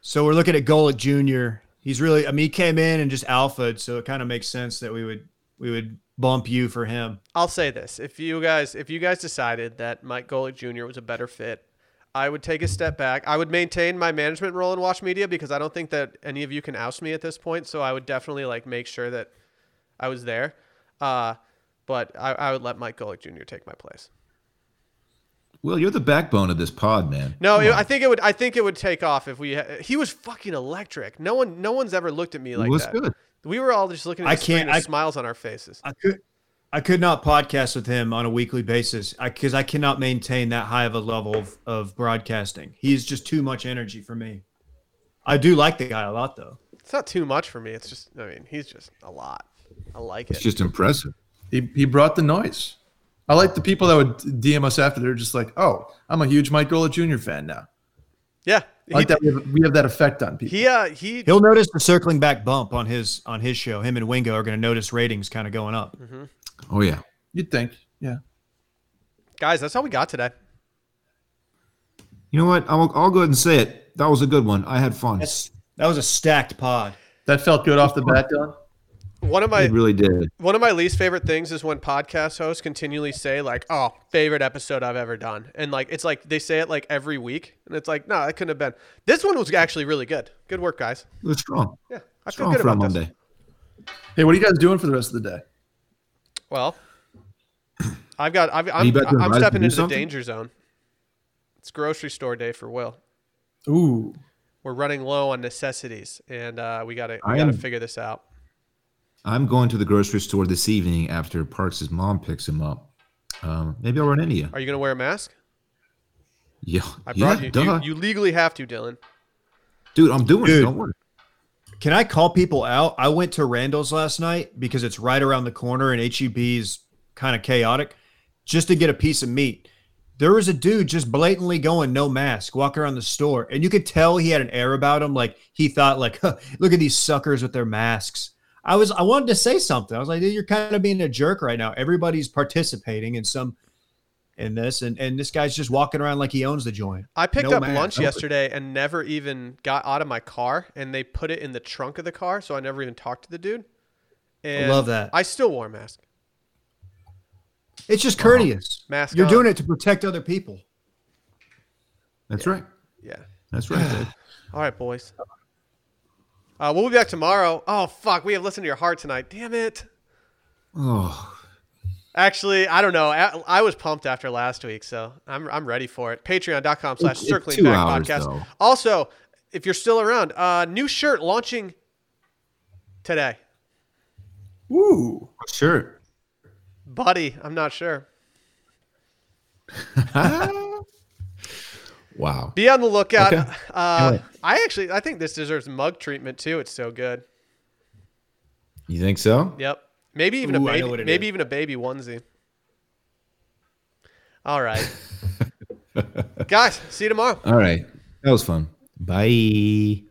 S2: So we're looking at Golick Jr. He's really, I mean, he came in and just alphaed, so it kind of makes sense that we would we would bump you for him.
S1: I'll say this: if you guys, if you guys decided that Mike Golick Jr. was a better fit, I would take a step back. I would maintain my management role in Watch Media because I don't think that any of you can oust me at this point. So I would definitely like make sure that I was there. Uh, but I, I would let Mike Golick Jr. take my place.
S3: Will, you're the backbone of this pod, man.
S1: No, it, I think it would. I think it would take off if we. Ha- he was fucking electric. No one, no one's ever looked at me like
S3: was
S1: that.
S3: good.
S1: We were all just looking at
S2: I
S1: the screen
S2: can't-
S1: with
S2: I-
S1: smiles on our faces.
S2: I could I could not podcast with him on a weekly basis because I, cannot maintain that high of a level of, of broadcasting. He's just too much energy for me. I do like the guy a lot though.
S1: It's not too much for me. It's just. I mean, he's just a lot. I like it.
S3: It's just impressive.
S4: he, he brought the noise. I like the people that would DM us after. They're just like, oh, I'm a huge Mike Golick Jr. fan now.
S1: yeah,
S4: I like
S1: he,
S4: that we have, we have that effect on people.
S1: he, uh, he
S2: He'll notice the circling back bump on his on his show. Him and Wingo are going to notice ratings kind of going up.
S3: Oh yeah.
S4: You'd think, yeah.
S1: guys. That's how we got today.
S3: You know what? I'll, I'll go ahead and say it. That was a good one. I had fun.
S2: That's that was a stacked pod.
S4: That felt good off the bat, Dylan.
S1: One of
S3: I
S1: my
S3: really did.
S1: one of my least favorite things is when podcast hosts continually say like, "Oh, favorite episode I've ever done," and like it's like they say it like every week, and it's like, no, that couldn't have been. This one was actually really good. Good work, guys.
S3: It was strong.
S1: Yeah, I feel
S3: Strong
S1: good
S3: for a
S1: about
S3: Monday.
S1: this.
S4: Hey, what are you guys doing for the rest of the day?
S1: Well, I've got. I've,
S3: you
S1: I'm,
S3: about to invite
S1: I'm
S3: us to
S1: stepping
S3: do
S1: into the
S3: something?
S1: danger zone. It's grocery store day for Will.
S4: Ooh,
S1: We're running low on necessities, and uh, we gotta we
S3: I
S1: gotta
S3: am-
S1: figure this out.
S3: I'm going to the grocery store this evening after Parks' mom picks him up. Um, maybe I'll run into you.
S1: Are you gonna wear a mask?
S3: Yeah,
S1: I
S3: yeah,
S1: brought you.
S3: duh.
S1: you. You legally have to, Dylan.
S3: dude. I'm doing it.
S2: Dude.
S3: Don't worry.
S2: Can I call people out? I went to Randall's last night because it's right around the corner and HEB is kind of chaotic just to get a piece of meat. There was a dude just blatantly going no mask, walking around the store, and you could tell he had an air about him. Like he thought, like, huh, look at these suckers with their masks. I was, I wanted to say something. I was like, dude, you're kind of being a jerk right now. Everybody's participating in some in this, and and this guy's just walking around like he owns the joint.
S1: I picked
S2: No
S1: up
S2: mask.
S1: lunch
S2: No.
S1: yesterday and never even got out of my car, and they put it in the trunk of the car, so I never even talked to the dude. And
S2: love that.
S1: I still wore a mask.
S2: It's just courteous.
S1: Mask
S2: You're
S1: on.
S2: doing it to protect other people.
S3: That's right.
S1: Yeah.
S3: That's right. dude.
S1: All right, boys. Uh, we'll be back tomorrow. Oh fuck, we have listened to your heart tonight. Damn it.
S3: Oh,
S1: Actually, I don't know. I, I was pumped after last week, so I'm, I'm ready for it. Patreon.com slash
S3: It's- it's
S1: circling
S3: two
S1: back
S3: hours,
S1: podcast.
S3: though.
S1: Also, if you're still around, uh, new shirt launching today.
S4: ooh.
S3: sure.
S1: Buddy, I'm not sure.
S3: Wow.
S1: Be on the lookout.
S3: Okay.
S1: Uh,
S3: wait.
S1: I actually I think this deserves mug treatment too. It's so good.
S3: You think so?
S1: Yep. Maybe even
S2: Ooh,
S1: a
S2: I know what
S1: baby
S2: it
S1: maybe
S2: is.
S1: even a baby onesie. All right. Guys, see you tomorrow.
S3: All right. That was fun. Bye.